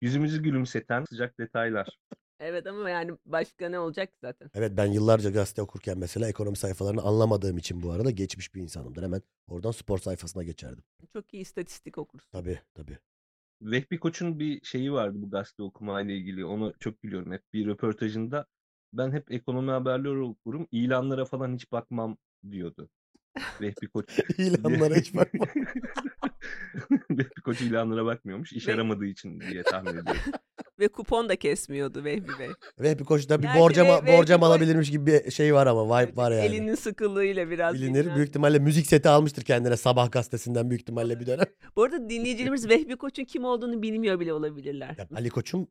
Speaker 4: yüzümüzü gülümseten sıcak detaylar.
Speaker 1: Evet ama yani başka ne olacak ki zaten?
Speaker 2: Evet ben yıllarca gazete okurken mesela ekonomi sayfalarını anlamadığım için bu arada geçmiş bir insanımdır. Hemen oradan spor sayfasına geçerdim.
Speaker 1: Çok iyi istatistik okursun.
Speaker 2: Tabii tabii.
Speaker 4: Vehbi Koç'un bir şeyi vardı bu gazete okumayla ilgili. Onu çok biliyorum hep bir röportajında. Ben hep ekonomi haberleri okurum, ilanlara falan hiç bakmam diyordu. Vehbi Koç.
Speaker 2: İlanlara hiç bakma.
Speaker 4: Vehbi Koç ilanlara bakmıyormuş, iş
Speaker 1: Ve-
Speaker 4: aramadığı için diye tahmin ediyorum.
Speaker 1: Ve kupon da kesmiyordu Vehbi Bey.
Speaker 2: Ve bir koçta bir
Speaker 1: Gerçi
Speaker 2: borcam,
Speaker 1: ve- ve-
Speaker 2: borcam alabilirmiş gibi bir şey var ama vibe var yani.
Speaker 1: Elinin sıkılığıyla biraz.
Speaker 2: Bilinir.
Speaker 1: dinlen-
Speaker 2: Büyük ihtimalle müzik seti almıştır kendine sabah gazetesinden büyük ihtimalle bir dönem.
Speaker 1: Bu arada dinleyicilerimiz Vehbi Koç'un kim olduğunu bilmiyor bile olabilirler.
Speaker 2: Ya Ali Koç'um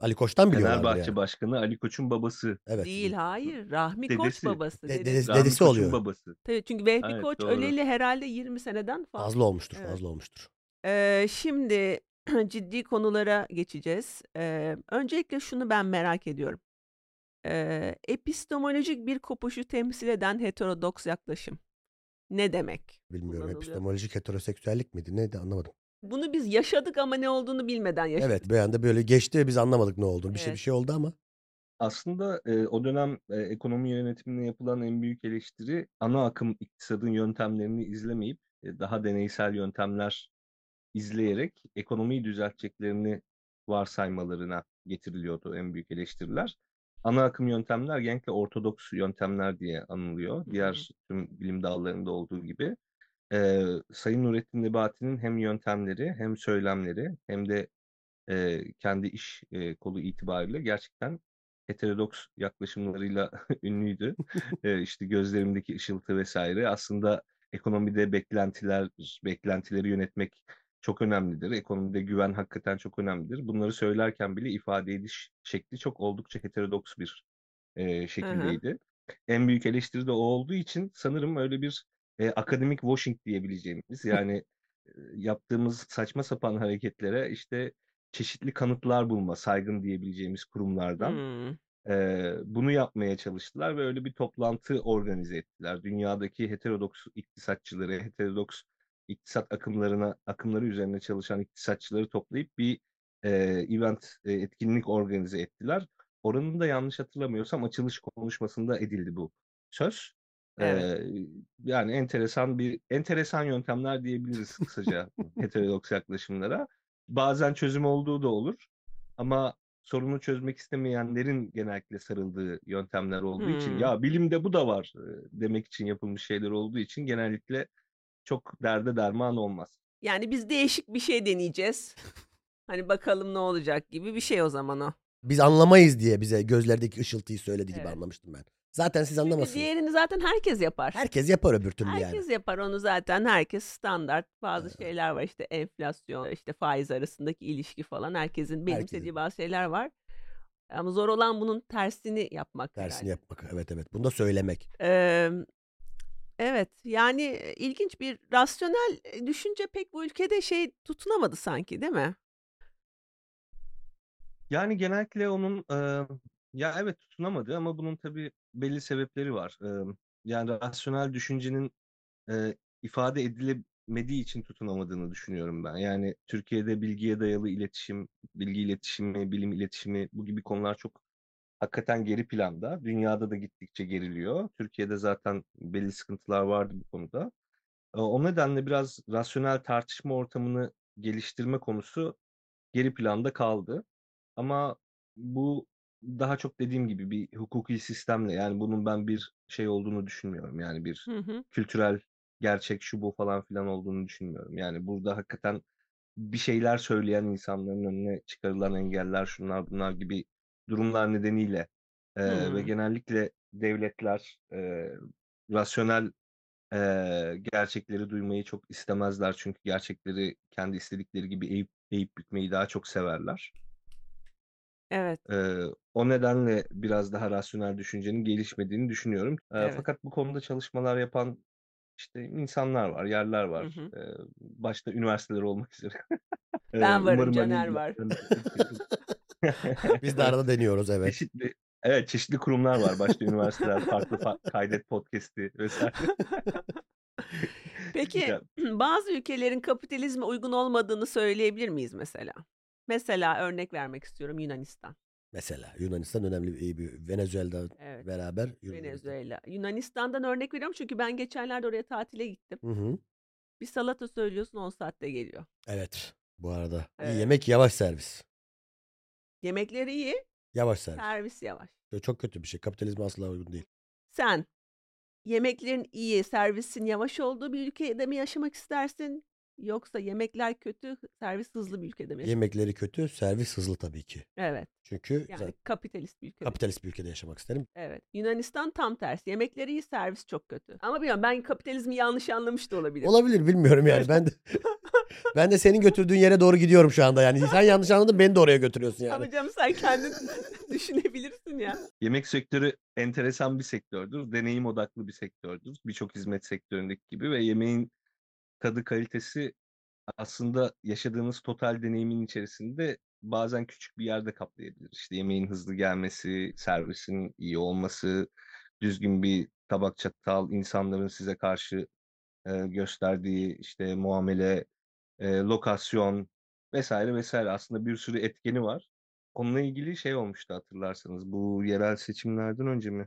Speaker 2: Ali Koç'tan biliyorlar.
Speaker 4: Fenerbahçe Başkanı Ali Koç'un babası.
Speaker 2: Evet.
Speaker 1: Değil hayır. Rahmi Koç
Speaker 4: Dedesi.
Speaker 1: babası.
Speaker 2: De-
Speaker 1: dedesi.
Speaker 2: dedesi- dedesi
Speaker 4: Koç'un
Speaker 2: oluyor.
Speaker 4: babası.
Speaker 1: Tabii çünkü Vehbi
Speaker 4: Evet,
Speaker 1: Koç
Speaker 4: doğru.
Speaker 1: öleli herhalde 20 seneden fazla.
Speaker 2: Fazla olmuştur,
Speaker 1: Evet.
Speaker 2: fazla olmuştur.
Speaker 1: Ee, şimdi ciddi konulara geçeceğiz. Ee, öncelikle şunu ben merak ediyorum. Ee, epistemolojik bir kopuşu temsil eden heterodoks yaklaşım. Ne demek?
Speaker 2: Bilmiyorum.
Speaker 1: Kullanılıyor.
Speaker 2: Epistemolojik heteroseksüellik miydi? Neydi anlamadım.
Speaker 1: Bunu biz yaşadık ama ne olduğunu bilmeden yaşadık.
Speaker 2: Evet. Bir anda böyle geçti ve biz anlamadık ne olduğunu. Bir şey bir
Speaker 1: Evet.
Speaker 2: şey oldu ama.
Speaker 4: Aslında e, o dönem e, ekonomi yönetimine yapılan en büyük eleştiri ana akım iktisadın yöntemlerini izlemeyip e, daha deneysel yöntemler izleyerek ekonomiyi düzelteceklerini varsaymalarına getiriliyordu en büyük eleştiriler. Ana akım yöntemler genellikle ortodoks yöntemler diye anılıyor.
Speaker 1: hı.
Speaker 4: Diğer tüm bilim dallarında olduğu gibi. Ee, Sayın Nurettin Nebati'nin hem yöntemleri hem söylemleri hem de e, kendi iş e, kolu itibariyle gerçekten heterodoks yaklaşımlarıyla ünlüydü. Ee, işte gözlerimdeki ışıltı vesaire. Aslında ekonomide beklentiler, beklentileri yönetmek çok önemlidir. Ekonomide güven hakikaten çok önemlidir. Bunları söylerken bile ifade ediş şekli çok oldukça heterodoks bir e, şekildeydi. En büyük eleştiri de o olduğu için sanırım öyle bir e, akademik washing diyebileceğimiz yani e, yaptığımız saçma sapan hareketlere işte çeşitli kanıtlar bulma, saygın diyebileceğimiz kurumlardan
Speaker 1: Hmm.
Speaker 4: Eee, bunu yapmaya çalıştılar ve öyle bir toplantı organize ettiler. Dünyadaki heterodoks iktisatçıları, heterodoks iktisat akımlarına akımları üzerine çalışan iktisatçıları toplayıp bir eee, event e, etkinlik organize ettiler. Oranın da yanlış hatırlamıyorsam açılış konuşmasında edildi bu söz.
Speaker 1: Evet.
Speaker 4: Eee, yani enteresan bir enteresan yöntemler diyebiliriz kısaca heterodoks yaklaşımlara. Bazen çözüm olduğu da olur ama sorunu çözmek istemeyenlerin genellikle sarıldığı yöntemler olduğu için
Speaker 1: Hmm.
Speaker 4: ya bilimde bu da var e, demek için yapılmış şeyler olduğu için genellikle çok derde derman olmaz.
Speaker 1: Yani biz değişik bir şey deneyeceğiz. Hani bakalım ne olacak gibi bir şey o zaman o.
Speaker 2: Biz anlamayız diye bize gözlerdeki ışıltıyı söyledi gibi
Speaker 1: Evet.
Speaker 2: anlamıştım ben. Zaten siz
Speaker 1: Çünkü
Speaker 2: anlamazsınız.
Speaker 1: diğerini zaten herkes yapar.
Speaker 2: Herkes yapar öbür türlü yani.
Speaker 1: Herkes yapar onu zaten. Herkes standart bazı şeyler var işte enflasyon, işte faiz arasındaki ilişki falan. Herkesin benimsediği
Speaker 2: Herkesin.
Speaker 1: bazı şeyler var. Ama zor olan bunun tersini yapmak.
Speaker 2: Tersini
Speaker 1: herhalde.
Speaker 2: yapmak. Evet evet. Bunu da söylemek.
Speaker 1: Ee, evet yani e, ilginç bir rasyonel e, düşünce pek bu ülkede şey tutunamadı sanki değil mi?
Speaker 4: Yani genellikle onun e, ya evet tutunamadı ama bunun tabii belli sebepleri var. E, yani rasyonel düşüncenin e, ifade edilemediği için tutunamadığını düşünüyorum ben. Yani Türkiye'de bilgiye dayalı iletişim, bilgi iletişimi, bilim iletişimi bu gibi konular çok hakikaten geri planda. Dünyada da gittikçe geriliyor. Türkiye'de zaten belli sıkıntılar vardı bu konuda. E, O nedenle biraz rasyonel tartışma ortamını geliştirme konusu geri planda kaldı. Ama bu daha çok dediğim gibi bir hukuki sistemle yani bunun ben bir şey olduğunu düşünmüyorum. Yani bir
Speaker 1: Hı hı.
Speaker 4: kültürel gerçek şu bu falan filan olduğunu düşünmüyorum. Yani burada hakikaten bir şeyler söyleyen insanların önüne çıkarılan engeller şunlar bunlar gibi durumlar nedeniyle e, ve
Speaker 1: Hmm.
Speaker 4: genellikle devletler e, rasyonel e, gerçekleri duymayı çok istemezler. Çünkü gerçekleri kendi istedikleri gibi eğip, eğip bükmeyi daha çok severler.
Speaker 1: Evet.
Speaker 4: Eee, o nedenle biraz daha rasyonel düşüncenin gelişmediğini düşünüyorum. Eee,
Speaker 1: Evet.
Speaker 4: fakat bu konuda çalışmalar yapan işte insanlar var, yerler var.
Speaker 1: hı.
Speaker 4: Eee, başta üniversiteler olmak üzere. Eee,
Speaker 1: Ben varım,
Speaker 4: umarım hani
Speaker 1: Caner var.
Speaker 4: yaptıklarını-
Speaker 2: Biz de arada deniyoruz evet.
Speaker 4: Çeşitli, evet çeşitli kurumlar var. Başta üniversiteler, farklı fa- kaydet podcast'i vesaire.
Speaker 1: Peki
Speaker 4: Ya,
Speaker 1: bazı ülkelerin kapitalizme uygun olmadığını söyleyebilir miyiz mesela? Mesela örnek vermek istiyorum Yunanistan.
Speaker 2: Mesela Yunanistan önemli bir, bir Venezuela'da
Speaker 1: Evet.
Speaker 2: beraber. Yunanistan.
Speaker 1: Venezuela. Yunanistan'dan örnek veriyorum çünkü ben geçenlerde oraya tatile gittim.
Speaker 2: Hı hı.
Speaker 1: Bir salata söylüyorsun 10 saatte geliyor.
Speaker 2: Evet. Bu arada iyi
Speaker 1: Evet.
Speaker 2: yemek yavaş servis.
Speaker 1: Yemekleri iyi,
Speaker 2: Yavaş servis.
Speaker 1: servis yavaş.
Speaker 2: Çok kötü bir şey. Kapitalizme asla uygun değil.
Speaker 1: Sen yemeklerin iyi, servisin yavaş olduğu bir ülkede mi yaşamak istersin? Yoksa yemekler kötü, servis hızlı bir ülkede mi? yaşamak-
Speaker 2: Yemekleri kötü, servis hızlı tabii ki.
Speaker 1: Evet.
Speaker 2: Çünkü
Speaker 1: Yani
Speaker 2: zaten
Speaker 1: kapitalist bir ülkede.
Speaker 2: kapitalist bir ülkede yaşamak isterim.
Speaker 1: Evet. Yunanistan tam tersi. Yemekleri iyi, servis çok kötü. Ama bilmiyorum ben kapitalizmi yanlış anlamış da olabilirim.
Speaker 2: Olabilir bilmiyorum yani. Ben de ben de senin götürdüğün yere doğru gidiyorum şu anda yani. Sen yanlış anladın beni de oraya götürüyorsun yani.
Speaker 1: Ama canım sen kendin düşünebilirsin ya.
Speaker 4: Yemek sektörü enteresan bir sektördür. Deneyim odaklı bir sektördür. Birçok hizmet sektöründeki gibi ve yemeğin tadı kalitesi aslında yaşadığınız total deneyimin içerisinde bazen küçük bir yerde kaplayabilir. İşte yemeğin hızlı gelmesi, servisin iyi olması, düzgün bir tabak çatal, insanların size karşı e, gösterdiği işte muamele, e, lokasyon vesaire vesaire aslında bir sürü etkeni var. Onunla ilgili şey olmuştu hatırlarsanız bu yerel seçimlerden önce mi?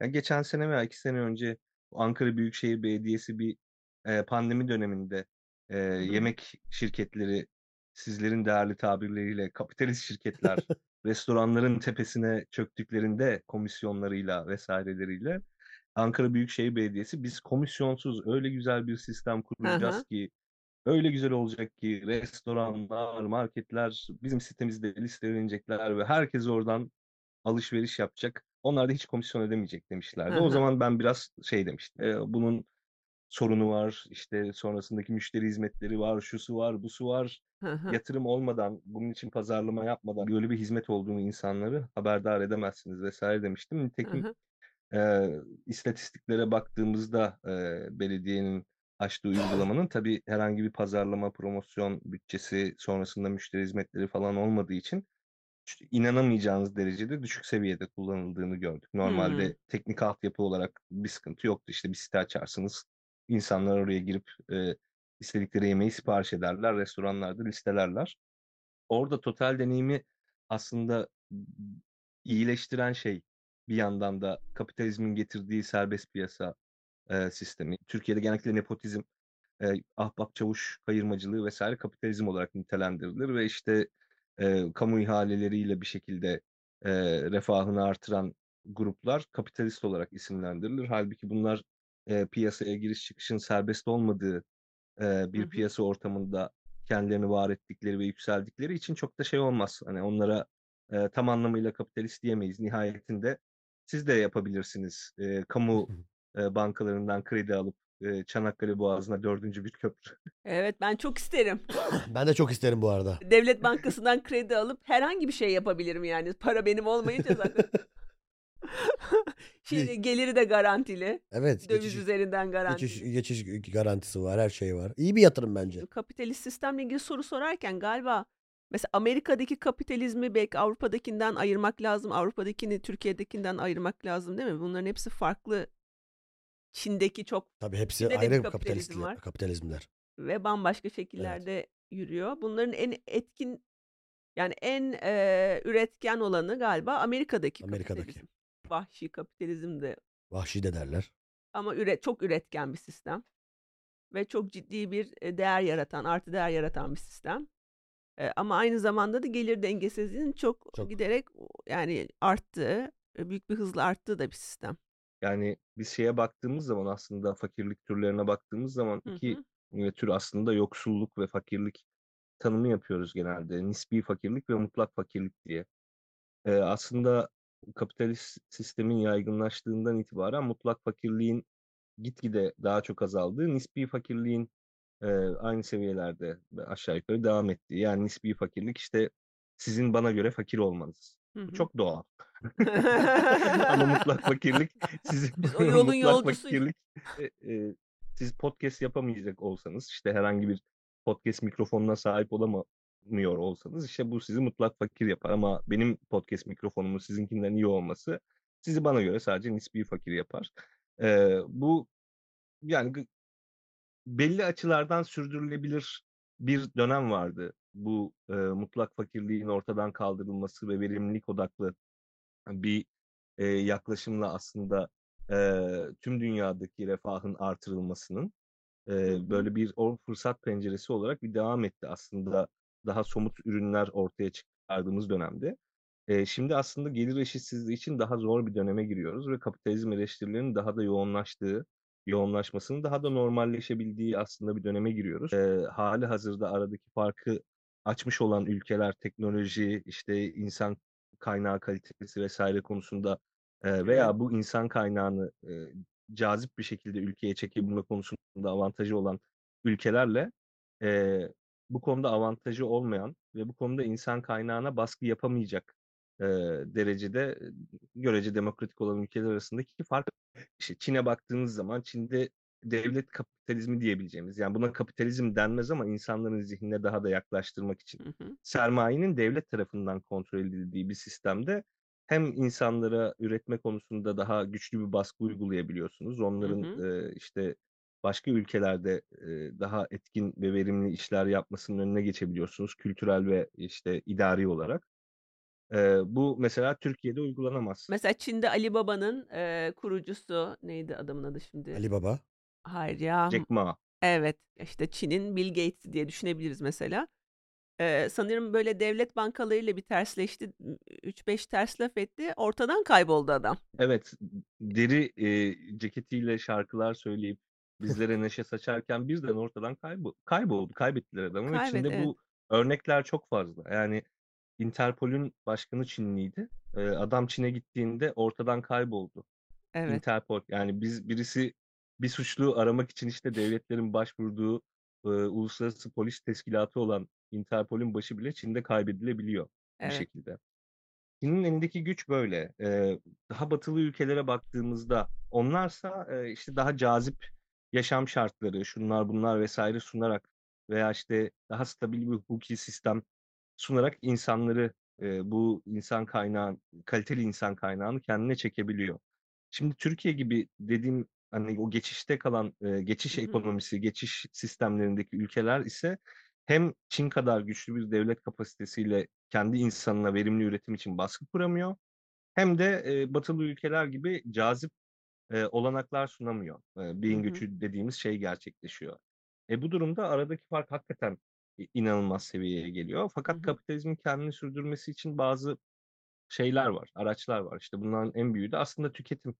Speaker 4: Ya geçen sene veya iki sene önce Ankara Büyükşehir Belediyesi bir e, pandemi döneminde e, yemek şirketleri sizlerin değerli tabirleriyle kapitalist şirketler restoranların tepesine çöktüklerinde komisyonlarıyla vesaireleriyle Ankara Büyükşehir Belediyesi biz komisyonsuz öyle güzel bir sistem kuracağız ki öyle güzel olacak ki restoranlar, marketler bizim sitemizde listelenecekler ve herkes oradan alışveriş yapacak. Onlar da hiç komisyon ödemeyecek demişlerdi.
Speaker 1: Hı
Speaker 4: O
Speaker 1: hı.
Speaker 4: zaman ben biraz şey demiştim. "E, bunun sorunu var, işte sonrasındaki müşteri hizmetleri var, şusu var, busu var
Speaker 1: Hı hı.
Speaker 4: yatırım olmadan, bunun için pazarlama yapmadan böyle bir hizmet olduğunu insanları haberdar edemezsiniz vesaire demiştim. Nitekim
Speaker 1: Aha.
Speaker 4: eee, istatistiklere baktığımızda eee, belediyenin açtığı uygulamanın tabii herhangi bir pazarlama, promosyon bütçesi sonrasında müşteri hizmetleri falan olmadığı için ç- inanamayacağınız derecede düşük seviyede kullanıldığını gördük. Normalde teknik altyapı olarak bir sıkıntı yoktu. İşte bir site açarsınız, insanlar oraya girip eee, istedikleri yemeği sipariş ederler, restoranlarda listelerler. Orada total deneyimi aslında iyileştiren şey bir yandan da kapitalizmin getirdiği serbest piyasa e, sistemi. Türkiye'de genellikle nepotizm, e, ahbap çavuş kayırmacılığı vesaire kapitalizm olarak nitelendirilir ve işte e, kamu ihaleleriyle bir şekilde e, refahını artıran gruplar kapitalist olarak isimlendirilir. Halbuki bunlar e, piyasaya giriş çıkışın serbest olmadığı e, bir
Speaker 1: Hı hı.
Speaker 4: piyasa ortamında kendilerini var ettikleri ve yükseldikleri için çok da şey olmaz. Hani onlara e, tam anlamıyla kapitalist diyemeyiz. Nihayetinde siz de yapabilirsiniz. E, kamu e, bankalarından kredi alıp e, Çanakkale Boğazı'na dördüncü bir köprü.
Speaker 1: Evet ben çok isterim.
Speaker 2: Ben de çok isterim bu arada.
Speaker 1: Devlet Bankası'ndan kredi alıp herhangi bir şey yapabilirim yani. Para benim olmayınca zaten. Şimdi geliri de garantili.
Speaker 2: Evet.
Speaker 1: Döviz
Speaker 2: geçiş-
Speaker 1: üzerinden garantili.
Speaker 2: Geçiş, geçiş garantisi var, her şey var. İyi bir yatırım bence.
Speaker 1: kapitalist sistemle ilgili soru sorarken galiba mesela Amerika'daki kapitalizmi belki Avrupa'dakinden ayırmak lazım. Avrupa'dakini Türkiye'dekinden ayırmak lazım değil mi? Bunların hepsi farklı. Çin'deki çok
Speaker 2: Tabii hepsi
Speaker 1: Çin'de de bir
Speaker 2: ayrı
Speaker 1: kapitalizm
Speaker 2: kapitalistler,
Speaker 1: var.
Speaker 2: kapitalizmler.
Speaker 1: ve bambaşka şekillerde yürüyor. Bunların en etkin yani en e, üretken olanı galiba Amerika'daki
Speaker 2: Amerika'daki.
Speaker 1: kapitalizm. Vahşi kapitalizm de
Speaker 2: Vahşi de derler.
Speaker 1: ama üret çok üretken bir sistem ve çok ciddi bir e, değer yaratan, artı değer yaratan bir sistem. E, ama aynı zamanda da gelir dengesizliğinin çok,
Speaker 2: Çok.
Speaker 1: giderek yani arttığı, e, büyük bir hızla arttığı da bir sistem.
Speaker 4: Yani bir şeye baktığımız zaman aslında fakirlik türlerine baktığımız zaman
Speaker 1: Hı
Speaker 4: iki e, tür aslında yoksulluk ve fakirlik tanımı yapıyoruz genelde. Nispi fakirlik ve mutlak fakirlik diye. E, aslında kapitalist sistemin yaygınlaştığından itibaren mutlak fakirliğin gitgide daha çok azaldığı, nispi fakirliğin e, aynı seviyelerde ve aşağı yukarı devam ettiği. Yani nispi fakirlik işte sizin bana göre fakir olmanız.
Speaker 1: Hı hı.
Speaker 4: Bu çok doğal. Ama mutlak fakirlik sizin
Speaker 1: Biz o yolun
Speaker 4: mutlak
Speaker 1: yolcusuyuz.
Speaker 4: fakirlik e, e, siz podcast yapamayacak olsanız işte herhangi bir podcast mikrofonuna sahip olamıyor olsanız işte bu sizi mutlak fakir yapar ama benim podcast mikrofonumun sizinkinden iyi olması sizi bana göre sadece nispi fakir yapar. E, bu yani gı- belli açılardan sürdürülebilir bir dönem vardı. Bu e, mutlak fakirliğin ortadan kaldırılması ve verimlilik odaklı bir e, yaklaşımla aslında e, tüm dünyadaki refahın artırılmasının e,
Speaker 1: hı.
Speaker 4: böyle bir o fırsat penceresi olarak bir devam etti aslında daha somut ürünler ortaya çıkardığımız dönemde. E, şimdi aslında gelir eşitsizliği için daha zor bir döneme giriyoruz ve kapitalizm eleştirilerinin daha da yoğunlaştığı, yoğunlaşmasının daha da normalleşebildiği aslında bir döneme giriyoruz. E, hali hazırda aradaki farkı açmış olan ülkeler teknoloji, işte insan kaynağı kalitesi vesaire konusunda e, veya
Speaker 1: Evet.
Speaker 4: bu insan kaynağını e, cazip bir şekilde ülkeye çekebilme konusunda avantajı olan ülkelerle e, bu konuda avantajı olmayan ve bu konuda insan kaynağına baskı yapamayacak e, derecede e, görece demokratik olan ülkeler arasındaki fark. İşte Çin'e baktığınız zaman Çin'de devlet kapitalizmi diyebileceğimiz yani buna kapitalizm denmez ama insanların zihnine daha da yaklaştırmak için
Speaker 1: Hı hı.
Speaker 4: sermayenin devlet tarafından kontrol edildiği bir sistemde hem insanlara üretme konusunda daha güçlü bir baskı uygulayabiliyorsunuz. Onların e, işte başka ülkelerde e, daha etkin ve verimli işler yapmasının önüne geçebiliyorsunuz kültürel ve işte idari olarak. E, bu mesela Türkiye'de uygulanamaz.
Speaker 1: Mesela Çin'de Ali Baba'nın e, kurucusu neydi adamın adı şimdi?
Speaker 2: Ali Baba.
Speaker 1: Hayır ya.
Speaker 4: Jack Ma.
Speaker 1: Evet işte Çin'in Bill Gates'i diye düşünebiliriz mesela. Ee, sanırım böyle devlet bankalarıyla bir tersleşti. 3-5 ters laf etti. Ortadan kayboldu adam.
Speaker 4: Evet, deri e, ceketiyle şarkılar söyleyip bizlere neşe saçarken birden ortadan kaybol kayboldu, kaybettiler adamı. ve
Speaker 1: Kaybet,
Speaker 4: Çin'de
Speaker 1: evet.
Speaker 4: bu örnekler çok fazla. Yani Interpol'ün başkanı Çinliydi. E, adam Çin'e gittiğinde ortadan kayboldu.
Speaker 1: Evet.
Speaker 4: Interpol yani biz birisi bir suçlu aramak için işte devletlerin başvurduğu e, uluslararası polis teşkilatı olan Interpol'ün başı bile Çin'de kaybedilebiliyor bir şey
Speaker 1: Evet.
Speaker 4: şekilde. Çin'in elindeki güç böyle. Ee, daha batılı ülkelere baktığımızda onlarsa e, işte daha cazip yaşam şartları, şunlar bunlar vesaire sunarak veya işte daha stabil bir hukuki sistem sunarak insanları e, bu insan kaynağı, kaliteli insan kaynağını kendine çekebiliyor. Şimdi Türkiye gibi dediğim hani o geçişte kalan e, geçiş
Speaker 1: Hı hı.
Speaker 4: ekonomisi, geçiş sistemlerindeki ülkeler ise hem Çin kadar güçlü bir devlet kapasitesiyle kendi insanına verimli üretim için baskı kuramıyor. Hem de e, batılı ülkeler gibi cazip e, olanaklar sunamıyor. E,
Speaker 1: Hı
Speaker 4: beyin
Speaker 1: hı.
Speaker 4: göçü dediğimiz şey gerçekleşiyor. E, bu durumda aradaki fark hakikaten i- inanılmaz seviyeye geliyor. Fakat
Speaker 1: Hı hı.
Speaker 4: kapitalizmin kendini sürdürmesi için bazı şeyler var, araçlar var. İşte bunların en büyüğü de aslında tüketim.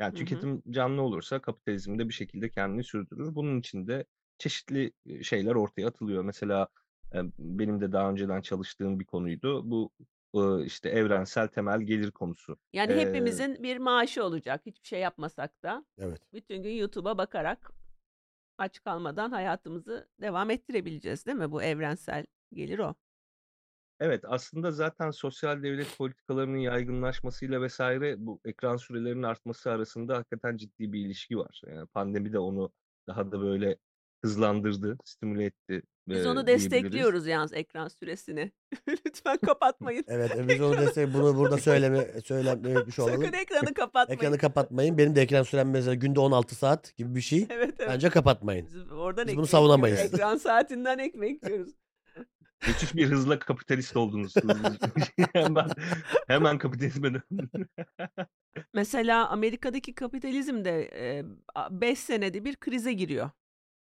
Speaker 4: Yani
Speaker 1: Hı hı.
Speaker 4: tüketim canlı olursa kapitalizm de bir şekilde kendini sürdürür. Bunun için de çeşitli e, şeyler ortaya atılıyor. Mesela e, benim de daha önceden çalıştığım bir konuydu. Bu e, işte evrensel temel gelir konusu.
Speaker 1: Yani
Speaker 4: Ee,
Speaker 1: hepimizin bir maaşı olacak. Hiçbir şey yapmasak da.
Speaker 2: Evet.
Speaker 1: Bütün gün YouTube'a bakarak aç kalmadan hayatımızı devam ettirebileceğiz değil mi? Bu evrensel gelir o.
Speaker 4: Evet, aslında zaten sosyal devlet politikalarının yaygınlaşmasıyla vesaire bu ekran sürelerinin artması arasında hakikaten ciddi bir ilişki var. Yani pandemi de onu daha da böyle hızlandırdı, stimüle etti
Speaker 1: Biz
Speaker 4: e,
Speaker 1: onu
Speaker 4: diyebiliriz.
Speaker 1: destekliyoruz yalnız ekran süresini. Lütfen kapatmayın.
Speaker 2: Evet e, biz onu desek bunu burada söyleme söylememiş olalım.
Speaker 1: Sakın ekranı kapatmayın.
Speaker 2: Ekranı kapatmayın. Benim de ekran sürem mesela günde 16 saat gibi bir şey.
Speaker 1: Evet evet.
Speaker 2: Bence kapatmayın.
Speaker 1: Biz oradan
Speaker 2: Biz
Speaker 1: ekmek
Speaker 2: bunu
Speaker 1: yiyoruz.
Speaker 2: savunamayız.
Speaker 1: Ekran saatinden ekmek yiyoruz.
Speaker 4: Müthiş bir hızla kapitalist oldunuz. Hemen, hemen kapitalizme döndüm.
Speaker 1: Mesela Amerika'daki kapitalizm de 5 senede bir krize giriyor.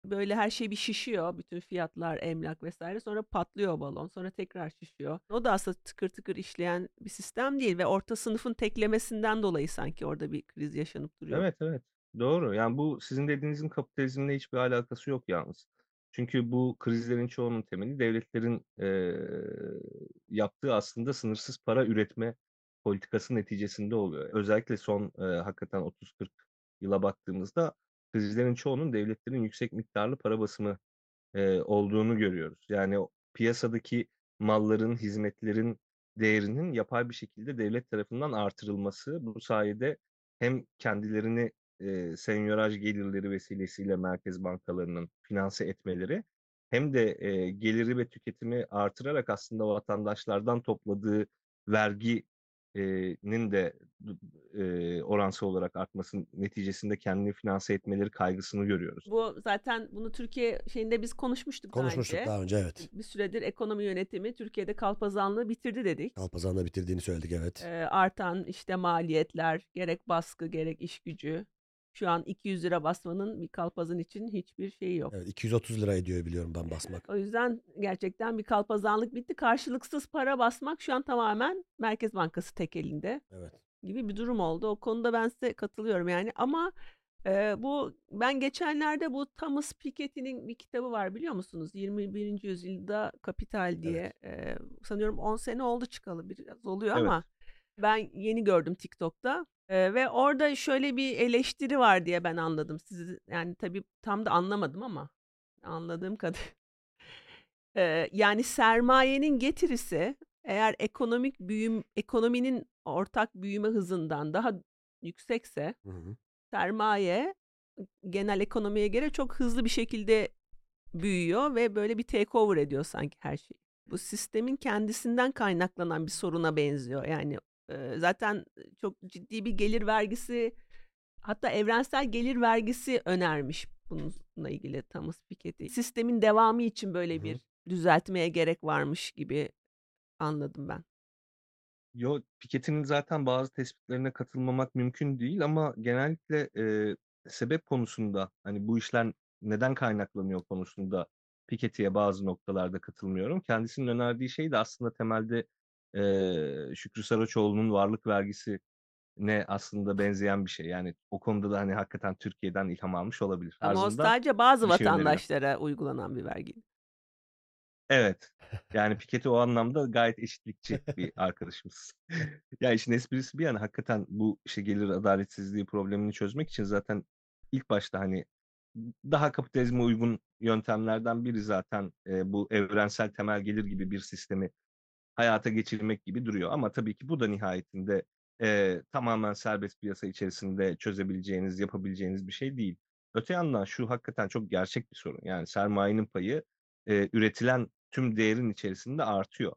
Speaker 1: Böyle her şey bir şişiyor. Bütün fiyatlar, emlak vesaire. Sonra patlıyor balon. Sonra tekrar şişiyor. O da aslında tıkır tıkır işleyen bir sistem değil ve orta sınıfın teklemesinden dolayı sanki orada bir kriz yaşanıp duruyor.
Speaker 4: Evet evet. Doğru. Yani bu sizin dediğinizin kapitalizmle hiçbir alakası yok yalnız. Çünkü bu krizlerin çoğunun temeli devletlerin eee, yaptığı aslında sınırsız para üretme politikası neticesinde oluyor. Özellikle son eee, hakikaten 30-40 yıla baktığımızda krizlerin çoğunun devletlerin yüksek miktarlı para basımı eee, olduğunu görüyoruz. Yani o piyasadaki malların, hizmetlerin değerinin yapay bir şekilde devlet tarafından artırılması bu sayede hem kendilerini e, senyöraj gelirleri vesilesiyle merkez bankalarının finanse etmeleri hem de e, geliri ve tüketimi artırarak aslında vatandaşlardan topladığı verginin de e, oransı olarak artmasının neticesinde kendini finanse etmeleri kaygısını görüyoruz.
Speaker 1: Bu zaten bunu Türkiye şeyinde biz konuşmuştuk daha önce.
Speaker 2: Konuşmuştuk daha önce evet.
Speaker 1: Bir süredir ekonomi yönetimi Türkiye'de kalpazanlığı bitirdi dedik.
Speaker 2: Kalpazan'da bitirdiğini söyledik evet.
Speaker 1: Ee, artan işte maliyetler, gerek baskı, gerek iş gücü. Şu an 200 lira basmanın bir kalpazan için hiçbir şeyi yok.
Speaker 2: Evet 230 lira ediyor biliyorum ben basmak.
Speaker 1: O yüzden gerçekten bir kalpazanlık bitti. Karşılıksız para basmak şu an tamamen Merkez Bankası tek elinde
Speaker 2: Evet.
Speaker 1: gibi bir durum oldu. O konuda ben size katılıyorum yani ama e, bu ben geçenlerde bu Thomas Piketty'nin bir kitabı var biliyor musunuz? 21. yüzyılda Kapital diye. E, sanıyorum 10 sene oldu çıkalı biraz oluyor
Speaker 4: Evet.
Speaker 1: ama ben yeni gördüm TikTok'ta. E, ve orada şöyle bir eleştiri var diye ben anladım. Sizi yani tabii tam da anlamadım ama anladığım kadar. E, yani sermayenin getirisi eğer ekonomik büyüm ekonominin ortak büyüme hızından daha yüksekse
Speaker 2: Hı hı.
Speaker 1: sermaye genel ekonomiye göre çok hızlı bir şekilde büyüyor ve böyle bir takeover ediyor sanki her şey. Bu sistemin kendisinden kaynaklanan bir soruna benziyor. Yani e, zaten çok ciddi bir gelir vergisi hatta evrensel gelir vergisi önermiş bununla ilgili Thomas Piketty. Sistemin devamı için
Speaker 2: Hı
Speaker 1: böyle
Speaker 2: hı.
Speaker 1: bir düzeltmeye gerek varmış gibi anladım ben.
Speaker 4: Yo, Piketty'nin zaten bazı tespitlerine katılmamak mümkün değil ama genellikle e, sebep konusunda hani bu işler neden kaynaklanıyor konusunda Piketty'ye bazı noktalarda katılmıyorum. Kendisinin önerdiği şey de aslında temelde e, Şükrü Saraçoğlu'nun varlık vergisi ne aslında benzeyen bir şey. Yani o konuda da hani hakikaten Türkiye'den ilham almış olabilir.
Speaker 1: Ama o
Speaker 4: Tarzında-
Speaker 1: sadece bazı
Speaker 4: bir şey öneriyor.
Speaker 1: vatandaşlara uygulanan bir vergi.
Speaker 4: Evet. Yani Piketty o anlamda gayet eşitlikçi bir arkadaşımız. Ya işin esprisi bir yana hakikaten bu işte gelir adaletsizliği problemini çözmek için zaten ilk başta hani daha kapitalizme uygun yöntemlerden biri zaten e, bu evrensel temel gelir gibi bir sistemi hayata geçirmek gibi duruyor. Ama tabii ki bu da nihayetinde e, tamamen serbest piyasa içerisinde çözebileceğiniz, yapabileceğiniz bir şey değil. Öte yandan şu hakikaten çok gerçek bir sorun. Yani sermayenin payı e, üretilen tüm değerin içerisinde artıyor.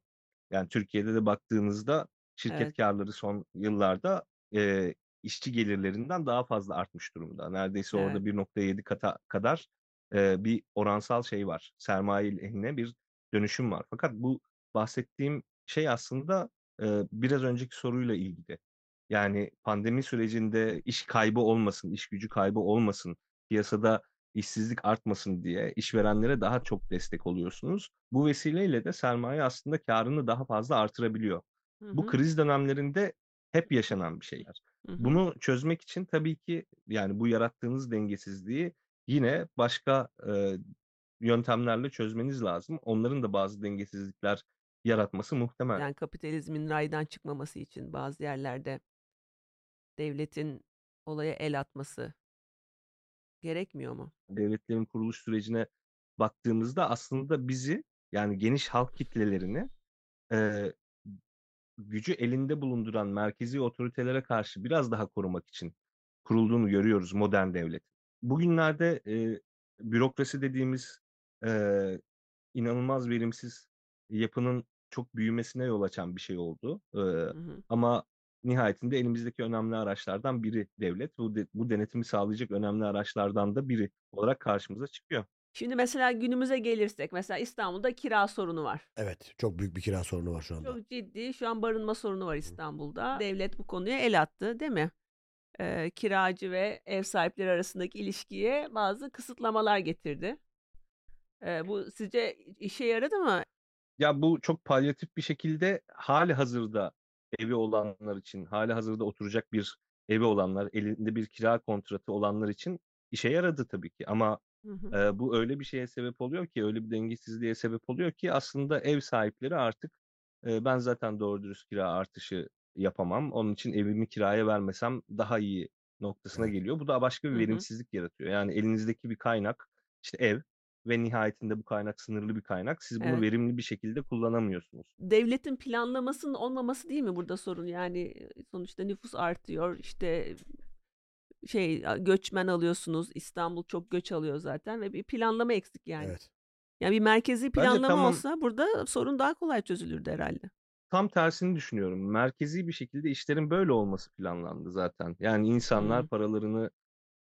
Speaker 4: Yani Türkiye'de de baktığınızda şirket
Speaker 1: Evet.
Speaker 4: karları son yıllarda e, işçi gelirlerinden daha fazla artmış durumda. Neredeyse orada
Speaker 1: Evet.
Speaker 4: 1.7 kata kadar e, bir oransal şey var. Sermaye lehine bir dönüşüm var. Fakat bu bahsettiğim şey aslında e, biraz önceki soruyla ilgili. Yani pandemi sürecinde iş kaybı olmasın, iş gücü kaybı olmasın, piyasada işsizlik artmasın diye işverenlere daha çok destek oluyorsunuz. Bu vesileyle de sermaye aslında karını daha fazla artırabiliyor.
Speaker 1: Hı
Speaker 4: Bu
Speaker 1: hı,
Speaker 4: kriz dönemlerinde hep yaşanan bir şeyler.
Speaker 1: hı hı.
Speaker 4: Bunu çözmek için tabii ki yani bu yarattığınız dengesizliği yine başka e, yöntemlerle çözmeniz lazım. Onların da bazı dengesizlikler yaratması muhtemel.
Speaker 1: Yani kapitalizmin raydan çıkmaması için bazı yerlerde devletin olaya el atması gerekmiyor mu?
Speaker 4: devletlerin kuruluş sürecine baktığımızda aslında bizi yani geniş halk kitlelerini eee, gücü elinde bulunduran merkezi otoritelere karşı biraz daha korumak için kurulduğunu görüyoruz modern devlet. Bugünlerde eee, bürokrasi dediğimiz eee, inanılmaz verimsiz yapının çok büyümesine yol açan bir şey oldu. Eee,
Speaker 1: Hı hı.
Speaker 4: ama nihayetinde elimizdeki önemli araçlardan biri devlet. Bu, de- bu denetimi sağlayacak önemli araçlardan da biri olarak karşımıza çıkıyor.
Speaker 1: Şimdi mesela günümüze gelirsek mesela İstanbul'da kira sorunu var.
Speaker 2: Evet çok büyük bir kira sorunu var şu anda.
Speaker 1: Çok ciddi şu an barınma sorunu var İstanbul'da. Devlet bu konuya el attı değil mi? e, kiracı ve ev sahipleri arasındaki ilişkiye bazı kısıtlamalar getirdi. E, bu sizce işe yaradı mı?
Speaker 4: Ya bu çok palyatif bir şekilde hali hazırda evi olanlar için, hali hazırda oturacak bir evi olanlar, elinde bir kira kontratı olanlar için işe yaradı tabii ki. Ama
Speaker 1: Hı hı.
Speaker 4: e, bu öyle bir şeye sebep oluyor ki, öyle bir dengesizliğe sebep oluyor ki aslında ev sahipleri artık e, ben zaten doğru dürüst kira artışı yapamam. Onun için evimi kiraya vermesem daha iyi noktasına geliyor. Bu da başka
Speaker 1: Hı
Speaker 4: bir
Speaker 1: hı.
Speaker 4: verimsizlik yaratıyor. Yani elinizdeki bir kaynak, işte ev ve nihayetinde bu kaynak sınırlı bir kaynak. Siz bunu
Speaker 1: Evet.
Speaker 4: verimli bir şekilde kullanamıyorsunuz.
Speaker 1: devletin planlamasının olmaması değil mi burada sorun? Yani sonuçta nüfus artıyor. işte şey göçmen alıyorsunuz. İstanbul çok göç alıyor zaten ve bir planlama eksik yani.
Speaker 2: Evet.
Speaker 1: Yani bir merkezi planlama
Speaker 4: tamam.
Speaker 1: olsa burada sorun daha kolay çözülürdü herhalde.
Speaker 4: tam tersini düşünüyorum. Merkezi bir şekilde işlerin böyle olması planlandı zaten. Yani insanlar
Speaker 1: Hı.
Speaker 4: paralarını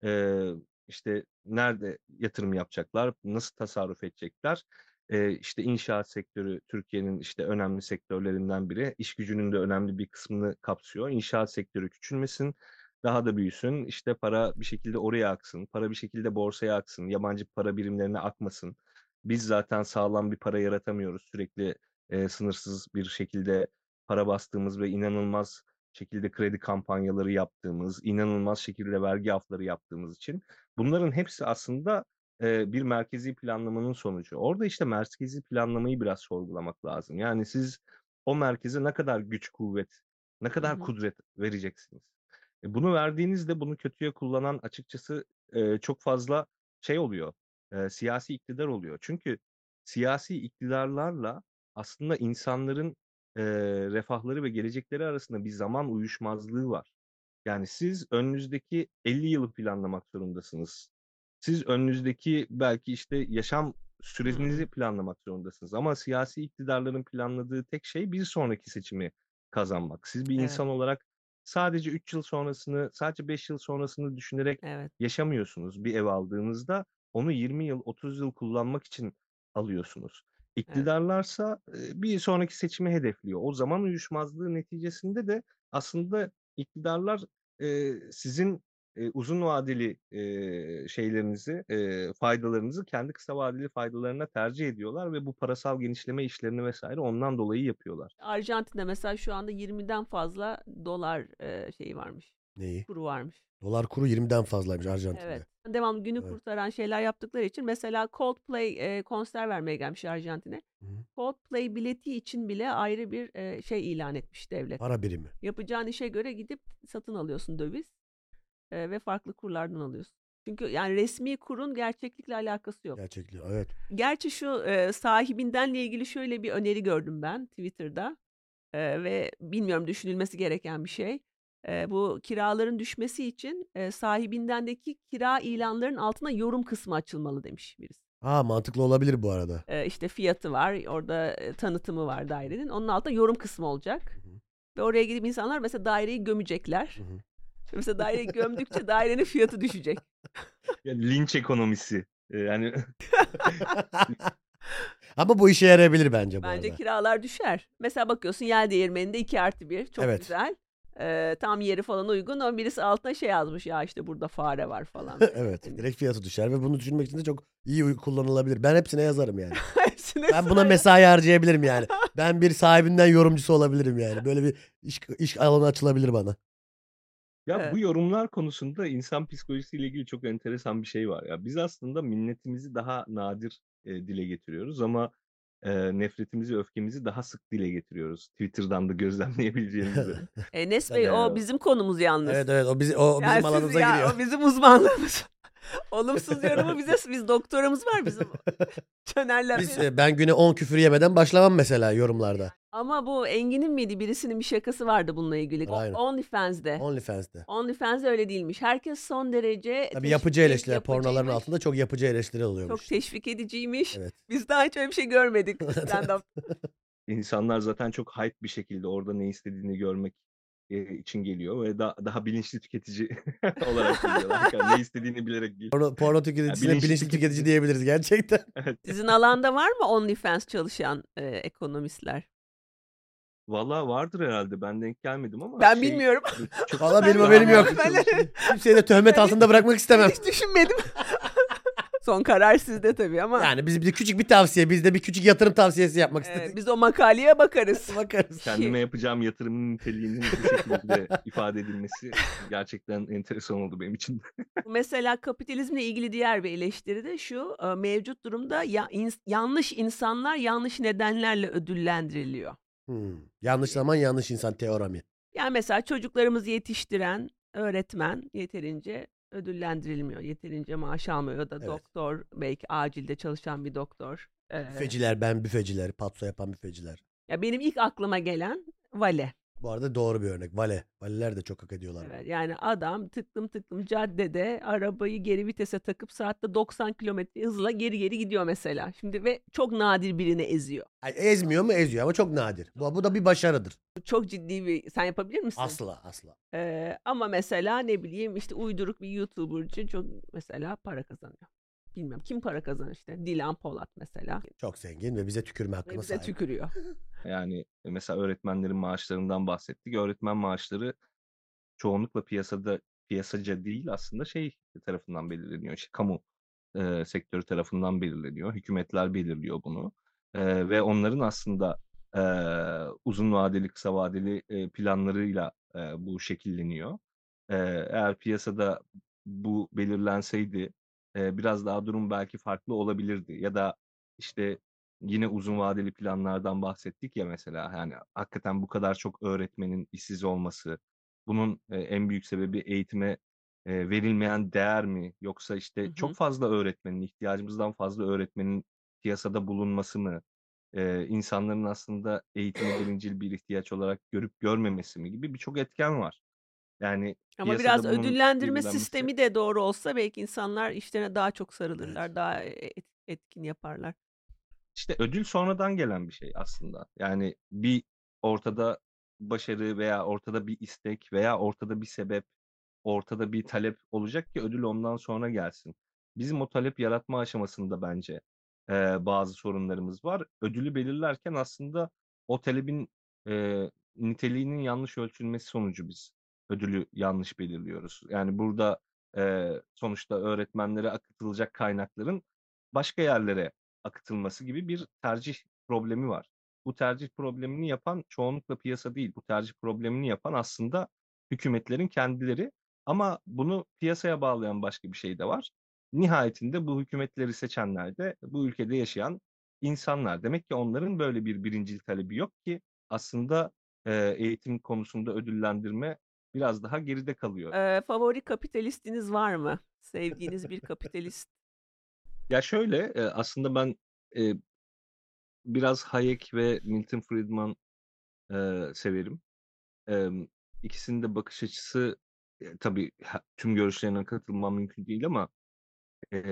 Speaker 4: eee, işte nerede yatırım yapacaklar, nasıl tasarruf edecekler. Eee işte inşaat sektörü Türkiye'nin işte önemli sektörlerinden biri. İş gücünün de önemli bir kısmını kapsıyor. İnşaat sektörü küçülmesin, daha da büyüsün. İşte para bir şekilde oraya aksın, para bir şekilde borsaya aksın, yabancı para birimlerine akmasın. Biz zaten sağlam bir para yaratamıyoruz. Sürekli e, sınırsız bir şekilde para bastığımız ve inanılmaz şekilde kredi kampanyaları yaptığımız, inanılmaz şekilde vergi afları yaptığımız için bunların hepsi aslında e, bir merkezi planlamanın sonucu. Orada işte merkezi planlamayı biraz sorgulamak lazım. Yani siz o merkeze ne kadar güç, kuvvet, ne kadar
Speaker 1: hı.
Speaker 4: kudret vereceksiniz? E, bunu verdiğinizde bunu kötüye kullanan açıkçası e, çok fazla şey oluyor. e, siyasi iktidar oluyor. Çünkü siyasi iktidarlarla aslında insanların eee, refahları ve gelecekleri arasında bir zaman uyuşmazlığı var. Yani siz önünüzdeki 50 yılı planlamak zorundasınız. Siz önünüzdeki belki işte yaşam sürenizi planlamak zorundasınız. Ama siyasi iktidarların planladığı tek şey bir sonraki seçimi kazanmak. Siz bir
Speaker 1: Evet.
Speaker 4: insan olarak sadece 3 yıl sonrasını, sadece 5 yıl sonrasını düşünerek
Speaker 1: Evet.
Speaker 4: yaşamıyorsunuz bir ev aldığınızda onu 20 yıl 30 yıl kullanmak için alıyorsunuz. İktidarlarsa e, bir sonraki seçimi hedefliyor. O zaman uyuşmazlığı neticesinde de aslında iktidarlar e, sizin e, uzun vadeli e, şeylerinizi, e, faydalarınızı kendi kısa vadeli faydalarına tercih ediyorlar ve bu parasal genişleme işlerini vesaire ondan dolayı yapıyorlar.
Speaker 1: Arjantin'de mesela şu anda 20'den fazla dolar e, şeyi varmış.
Speaker 2: Neyi?
Speaker 1: Kuru varmış.
Speaker 2: Dolar kuru 20'den fazlaymış Arjantin'de.
Speaker 1: Evet. Devamlı günü
Speaker 2: Evet.
Speaker 1: kurtaran şeyler yaptıkları için mesela Coldplay e, konser vermeye gelmiş Arjantin'e.
Speaker 2: Hı.
Speaker 1: Coldplay bileti için bile ayrı bir e, şey ilan etmiş devlet.
Speaker 2: Para birimi.
Speaker 1: Yapacağın işe göre gidip satın alıyorsun döviz e, ve farklı kurlardan alıyorsun. Çünkü yani resmi kurun gerçeklikle alakası yok.
Speaker 2: Gerçekliği. Evet.
Speaker 1: Gerçi şu e, sahibindenle ilgili şöyle bir öneri gördüm ben Twitter'da E, ve bilmiyorum düşünülmesi gereken bir şey. E, bu kiraların düşmesi için e, sahibindendeki kira ilanların altına yorum kısmı açılmalı demiş birisi.
Speaker 2: Ha mantıklı olabilir bu arada.
Speaker 1: E, işte fiyatı var, orada e, tanıtımı var dairenin. Onun altında yorum kısmı olacak.
Speaker 2: hı.
Speaker 1: Ve oraya gidip insanlar mesela daireyi gömecekler.
Speaker 2: Hı hı.
Speaker 1: Mesela daireyi gömdükçe dairenin fiyatı düşecek.
Speaker 4: Yani linç ekonomisi. E, Yani
Speaker 2: Ama bu işe yarayabilir bence bu
Speaker 1: Bence
Speaker 2: arada.
Speaker 1: kiralar düşer. Mesela bakıyorsun yel değirmeninde 2 artı 1 çok
Speaker 2: Evet.
Speaker 1: güzel. Ee, tam yeri falan uygun ama birisi altına şey yazmış ya işte burada fare var falan.
Speaker 2: evet. Direkt fiyatı düşer ve bunu düşünmek için de çok iyi uy- kullanılabilir. Ben hepsine yazarım yani.
Speaker 1: Hepsine
Speaker 2: Ben buna
Speaker 1: sıraya-
Speaker 2: mesai harcayabilirim yani. Ben bir sahibinden yorumcusu olabilirim yani. Böyle bir iş, iş alanı açılabilir bana.
Speaker 4: Ya
Speaker 1: Evet.
Speaker 4: bu yorumlar konusunda insan psikolojisiyle ilgili çok enteresan bir şey var. Ya biz aslında minnetimizi daha nadir e, dile getiriyoruz ama e, nefretimizi, öfkemizi daha sık dile getiriyoruz. Twitter'dan da gözlemleyebileceğiniz üzere.
Speaker 1: Enes
Speaker 4: Tabii
Speaker 1: Bey E, o
Speaker 4: yani.
Speaker 1: bizim konumuz yalnız.
Speaker 2: Evet evet o, bizi, o
Speaker 1: Yani
Speaker 2: bizim
Speaker 1: siz-
Speaker 2: alanımıza
Speaker 1: ya,
Speaker 2: giriyor.
Speaker 1: O bizim uzmanlığımız. Olumsuz yorumu bize biz doktoramız var bizim. Çönerler.
Speaker 2: Biz, e, ben güne 10 küfür yemeden başlamam mesela yorumlarda.
Speaker 1: Ama bu Engin'in miydi birisinin bir şakası vardı bununla ilgili. O-
Speaker 2: Aynen.
Speaker 1: OnlyFans'de. E,
Speaker 2: OnlyFans'te.
Speaker 1: OnlyFans öyle değilmiş. Herkes son derece
Speaker 2: Tabii yapıcı
Speaker 1: teşvik,
Speaker 2: eleştiriler pornoların
Speaker 1: yapıcıymış.
Speaker 2: altında çok yapıcı eleştiri oluyormuş.
Speaker 1: Çok teşvik ediciymiş.
Speaker 2: Evet.
Speaker 1: Biz daha hiç öyle bir şey görmedik stand-up.
Speaker 4: İnsanlar zaten çok hype bir şekilde orada ne istediğini görmek e, için geliyor ve da- daha bilinçli tüketici olarak geliyorlar. Hakikaten ne istediğini bilerek değil.
Speaker 2: Porno, porno tüketicisine
Speaker 4: bilinçli
Speaker 2: bilinçli
Speaker 4: tüketici.
Speaker 2: tüketici diyebiliriz gerçekten.
Speaker 1: Sizin alanda var mı OnlyFans çalışan e, ekonomistler?
Speaker 4: Valla vardır herhalde. Ben denk gelmedim ama.
Speaker 1: Ben
Speaker 4: şey,
Speaker 1: bilmiyorum.
Speaker 4: çok-
Speaker 2: Valla benim
Speaker 1: Ben-
Speaker 2: haberim yok.
Speaker 1: Ben-
Speaker 2: Kimseyi de töhmet altında bırakmak istemem.
Speaker 1: Hiç düşünmedim. Son karar sizde tabii ama
Speaker 2: Yani biz bir küçük bir tavsiye, biz de bir küçük yatırım tavsiyesi yapmak
Speaker 1: e,
Speaker 2: istedik.
Speaker 1: biz o makaleye bakarız.
Speaker 2: Bakarız.
Speaker 4: Kendime yapacağım yatırımın niteliğinin bu şekilde ifade edilmesi gerçekten enteresan oldu benim için. de.
Speaker 1: Mesela kapitalizmle ilgili diğer bir eleştiri de şu. e, Mevcut durumda ya, ins- yanlış insanlar yanlış nedenlerle ödüllendiriliyor.
Speaker 2: Hmm. Yanlış zaman yanlış insan teoremi.
Speaker 1: Yani mesela çocuklarımızı yetiştiren öğretmen yeterince ödüllendirilmiyor. Yeterince maaş almıyor ya da
Speaker 2: Evet.
Speaker 1: doktor belki acilde çalışan bir doktor. e,
Speaker 2: Büfeciler, ben büfeciler, patso yapan büfeciler.
Speaker 1: ya benim ilk aklıma gelen vale.
Speaker 2: Bu arada doğru bir örnek. Vale. Valiler de çok hak ediyorlar.
Speaker 1: Evet, yani adam tıklım tıklım caddede arabayı geri vitese takıp saatte 90 kilometre hızla geri geri gidiyor mesela. Şimdi ve çok nadir birini eziyor.
Speaker 2: Ay, ezmiyor mu? Eziyor ama çok nadir. Bu, bu da bir başarıdır.
Speaker 1: Bu Çok ciddi bir sen yapabilir misin?
Speaker 2: Asla asla.
Speaker 1: Ee, ama mesela ne bileyim işte uyduruk bir YouTuber için çok mesela para kazanıyor. Bilmem kim para kazanır işte. Dilan Polat mesela.
Speaker 2: Çok zengin ve bize tükürme
Speaker 1: Ve
Speaker 2: hakkına
Speaker 1: bize
Speaker 2: sahip.
Speaker 1: tükürüyor.
Speaker 4: Yani e, mesela öğretmenlerin maaşlarından bahsettik. Öğretmen maaşları çoğunlukla piyasada piyasaca değil aslında şey tarafından belirleniyor. İşte kamu e, sektörü tarafından belirleniyor. Hükümetler belirliyor bunu. E, ve onların aslında e, uzun vadeli, kısa vadeli e, planlarıyla e, bu şekilleniyor. E, eğer piyasada bu belirlenseydi e, biraz daha durum belki farklı olabilirdi. Ya da işte yine uzun vadeli planlardan bahsettik ya mesela yani hakikaten bu kadar çok öğretmenin işsiz olması bunun e, en büyük sebebi eğitime e, verilmeyen değer mi yoksa
Speaker 1: Hı
Speaker 4: işte
Speaker 1: hı.
Speaker 4: çok fazla öğretmenin ihtiyacımızdan fazla öğretmenin piyasada bulunması mı E, insanların aslında eğitimi birincil bir ihtiyaç olarak görüp görmemesi mi gibi birçok etken var. Yani
Speaker 1: Ama
Speaker 4: piyasada
Speaker 1: biraz
Speaker 4: bunun
Speaker 1: ödüllendirme
Speaker 4: belirlenmesi-
Speaker 1: sistemi de doğru olsa belki insanlar işlerine daha çok sarılırlar. Daha e, et- etkin yaparlar.
Speaker 4: İşte ödül sonradan gelen bir şey aslında. Yani bir ortada başarı veya ortada bir istek veya ortada bir sebep, ortada bir talep olacak ki ödül ondan sonra gelsin. Bizim o talep yaratma aşamasında bence eee, bazı sorunlarımız var. Ödülü belirlerken aslında o talebin eee, niteliğinin yanlış ölçülmesi sonucu biz ödülü yanlış belirliyoruz. Yani burada eee, sonuçta öğretmenlere akıtılacak kaynakların başka yerlere akıtılması gibi bir tercih problemi var. Bu tercih problemini yapan çoğunlukla piyasa değil. Bu tercih problemini yapan aslında hükümetlerin kendileri ama bunu piyasaya bağlayan başka bir şey de var. Nihayetinde bu hükümetleri seçenler de bu ülkede yaşayan insanlar. Demek ki onların böyle bir birincil talebi yok ki aslında e, eğitim konusunda ödüllendirme biraz daha geride kalıyor.
Speaker 1: Ee, favori kapitalistiniz var mı? Sevdiğiniz bir kapitalist.
Speaker 4: Ya şöyle e, aslında ben e, biraz Hayek ve Milton Friedman e, severim. Em, İkisinin de bakış açısı e, tabii ha- tüm görüşlerine katılmam mümkün değil ama e,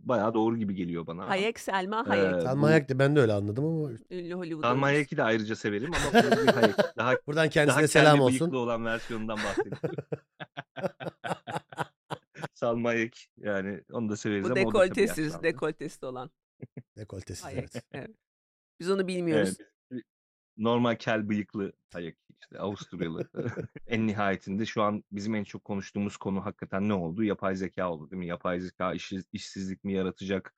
Speaker 4: bayağı doğru gibi geliyor bana. Hani,
Speaker 1: Hayek, Selma Hayek.
Speaker 4: Ee,
Speaker 2: Salma
Speaker 4: bu-
Speaker 2: Hayek'ti, ben de öyle anladım ama
Speaker 1: Ünlü Hollywood
Speaker 4: Salma
Speaker 1: oyuncusu.
Speaker 4: Hayek'i de ayrıca severim ama Fuzzy Hayek daha
Speaker 2: buradan
Speaker 4: daha
Speaker 2: kendisine
Speaker 4: kendi
Speaker 2: selam
Speaker 4: bıyıklı
Speaker 2: olsun.
Speaker 4: olan versiyonundan bahsediyorum. Salma Hayek yani onu da severiz
Speaker 1: Bu
Speaker 4: ama o da tabii
Speaker 1: dekoltesiz,
Speaker 4: yaşlandı.
Speaker 1: dekoltesi olan.
Speaker 2: Dekoltesiz
Speaker 1: Hayek.
Speaker 2: evet.
Speaker 1: evet. Biz onu
Speaker 4: Evet,
Speaker 1: bilmiyoruz.
Speaker 4: biz- normal kel bıyıklı ayak işte Avusturyalı. en nihayetinde şu an bizim en çok konuştuğumuz konu hakikaten ne oldu? Yapay zeka oldu değil mi? Yapay zeka işsiz- işsizlik mi yaratacak?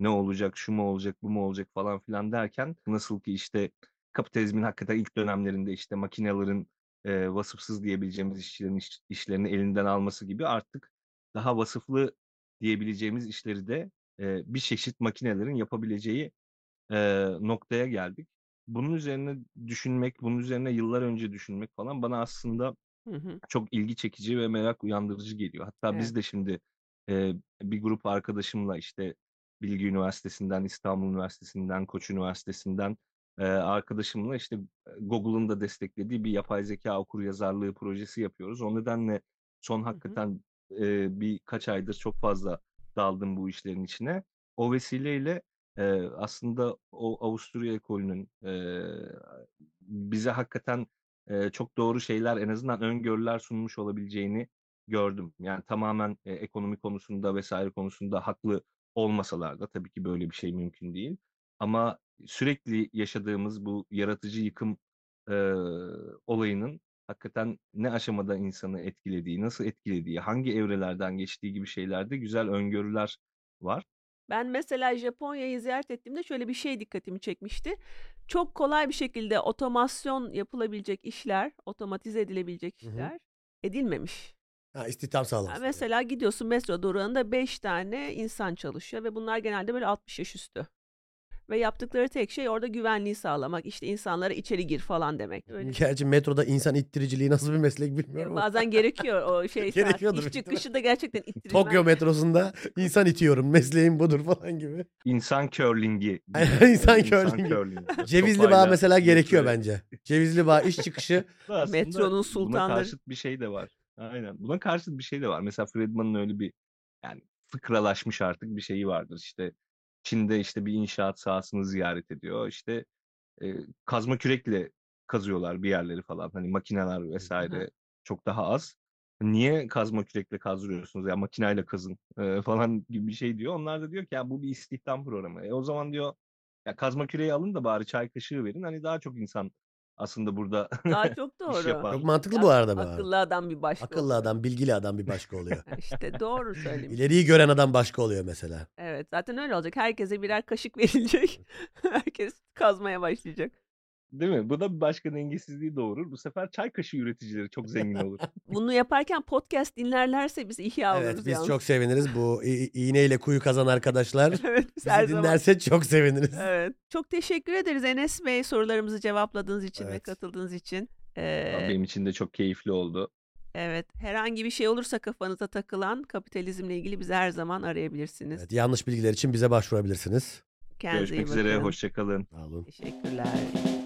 Speaker 4: Ne olacak? Şu mu olacak? Bu mu olacak? Falan filan derken nasıl ki işte kapitalizmin hakikaten ilk dönemlerinde işte makinelerin e, vasıfsız diyebileceğimiz işçilerin iş- işlerini elinden alması gibi artık daha vasıflı diyebileceğimiz işleri de e, bir çeşit makinelerin yapabileceği e, noktaya geldik. Bunun üzerine düşünmek, bunun üzerine yıllar önce düşünmek falan bana aslında
Speaker 1: Hı hı.
Speaker 4: çok ilgi çekici ve merak uyandırıcı geliyor. Hatta
Speaker 1: Evet.
Speaker 4: biz de şimdi e, bir grup arkadaşımla işte Bilgi Üniversitesi'nden, İstanbul Üniversitesi'nden, Koç Üniversitesi'nden e, arkadaşımla işte e, Google'ın da desteklediği bir yapay zeka okuryazarlığı projesi yapıyoruz. O nedenle son hakikaten e, birkaç aydır çok fazla daldım bu işlerin içine. O vesileyle e, aslında o Avusturya ekolünün e, bize hakikaten e, çok doğru şeyler en azından öngörüler sunmuş olabileceğini gördüm. Yani tamamen e, ekonomi konusunda vesaire konusunda haklı olmasalar da tabii ki böyle bir şey mümkün değil. Ama sürekli yaşadığımız bu yaratıcı yıkım e, olayının hakikaten ne aşamada insanı etkilediği, nasıl etkilediği, hangi evrelerden geçtiği gibi şeylerde güzel öngörüler var.
Speaker 1: Ben mesela Japonya'yı ziyaret ettiğimde şöyle bir şey dikkatimi çekmişti. Çok kolay bir şekilde otomasyon yapılabilecek işler, otomatize edilebilecek
Speaker 2: Hı hı.
Speaker 1: işler edilmemiş.
Speaker 2: Ha, istihdam
Speaker 1: Ya
Speaker 2: sağlaması.
Speaker 1: mesela gidiyorsun metro durağında 5 tane insan çalışıyor ve bunlar genelde böyle 60 yaş üstü. Ve yaptıkları tek şey orada güvenliği sağlamak. İşte insanlara içeri gir falan demek. Öyle.
Speaker 2: Gerçi metroda insan ittiriciliği nasıl bir meslek bilmiyorum ama.
Speaker 1: Bazen gerekiyor o şey. saat-
Speaker 2: Gerekiyordur
Speaker 1: iş
Speaker 2: büyük ihtimal.
Speaker 1: çıkışı da gerçekten ittirilmen.
Speaker 2: Tokyo metrosunda insan itiyorum mesleğim budur falan gibi.
Speaker 4: İnsan curlingi. gibi.
Speaker 2: Aynen, insan curlingi.
Speaker 4: curlingi.
Speaker 2: Cevizli bağ
Speaker 4: Topayla
Speaker 2: mesela gerekiyor
Speaker 4: götürüyor.
Speaker 2: bence. Cevizli bağ iş çıkışı
Speaker 4: Aslında
Speaker 1: Metronun sultanları.
Speaker 4: Buna karşıt bir şey de var. Aynen. Buna karşıt bir şey de var. Mesela Friedman'ın öyle bir yani fıkralaşmış artık bir şeyi vardır. İşte Çin'de işte bir inşaat sahasını ziyaret ediyor. İşte e, kazma kürekle kazıyorlar bir yerleri falan. Hani makineler vesaire çok daha az. Niye kazma kürekle kazdırıyorsunuz ya makineyle kazın e, falan gibi bir şey diyor. Onlar da diyor ki ya bu bir istihdam programı. E, o zaman diyor ya kazma küreği alın da bari çay kaşığı verin. Hani daha çok insan aslında burada
Speaker 1: Daha çok
Speaker 4: iş
Speaker 1: doğru.
Speaker 4: yapar.
Speaker 2: çok mantıklı
Speaker 1: Ya,
Speaker 2: bu arada. bu arada.
Speaker 1: Akıllı adam bir başka.
Speaker 2: Akıllı
Speaker 1: oluyor.
Speaker 2: adam, bilgili adam bir başka oluyor.
Speaker 1: Ha, İşte doğru söylemiş.
Speaker 2: İleriyi gören adam başka oluyor mesela.
Speaker 1: Evet zaten öyle olacak. Herkese birer kaşık verilecek. Herkes kazmaya başlayacak.
Speaker 4: Değil mi? Bu da bir başka dengesizliği doğurur. Bu sefer çay kaşığı üreticileri çok zengin olur.
Speaker 1: Bunu yaparken podcast dinlerlerse biz ihya
Speaker 2: evet
Speaker 1: oluruz
Speaker 2: biz
Speaker 1: yalnız.
Speaker 2: çok seviniriz bu i- iğneyle kuyu kazan arkadaşlar.
Speaker 1: evet biz her
Speaker 2: Bizi
Speaker 1: zaman.
Speaker 2: dinlerse çok seviniriz.
Speaker 1: Evet. Çok teşekkür ederiz Enes Bey sorularımızı cevapladığınız için ve
Speaker 2: Evet.
Speaker 1: katıldığınız için. Ee,
Speaker 4: Benim için de çok keyifli oldu.
Speaker 1: evet. Herhangi bir şey olursa kafanıza takılan kapitalizmle ilgili bizi her zaman arayabilirsiniz.
Speaker 2: Evet, yanlış bilgiler için bize başvurabilirsiniz.
Speaker 1: Kendinize iyi
Speaker 4: Görüşmek üzere.
Speaker 1: bakın.
Speaker 4: Hoşçakalın.
Speaker 2: Sağ olun.
Speaker 1: Teşekkürler.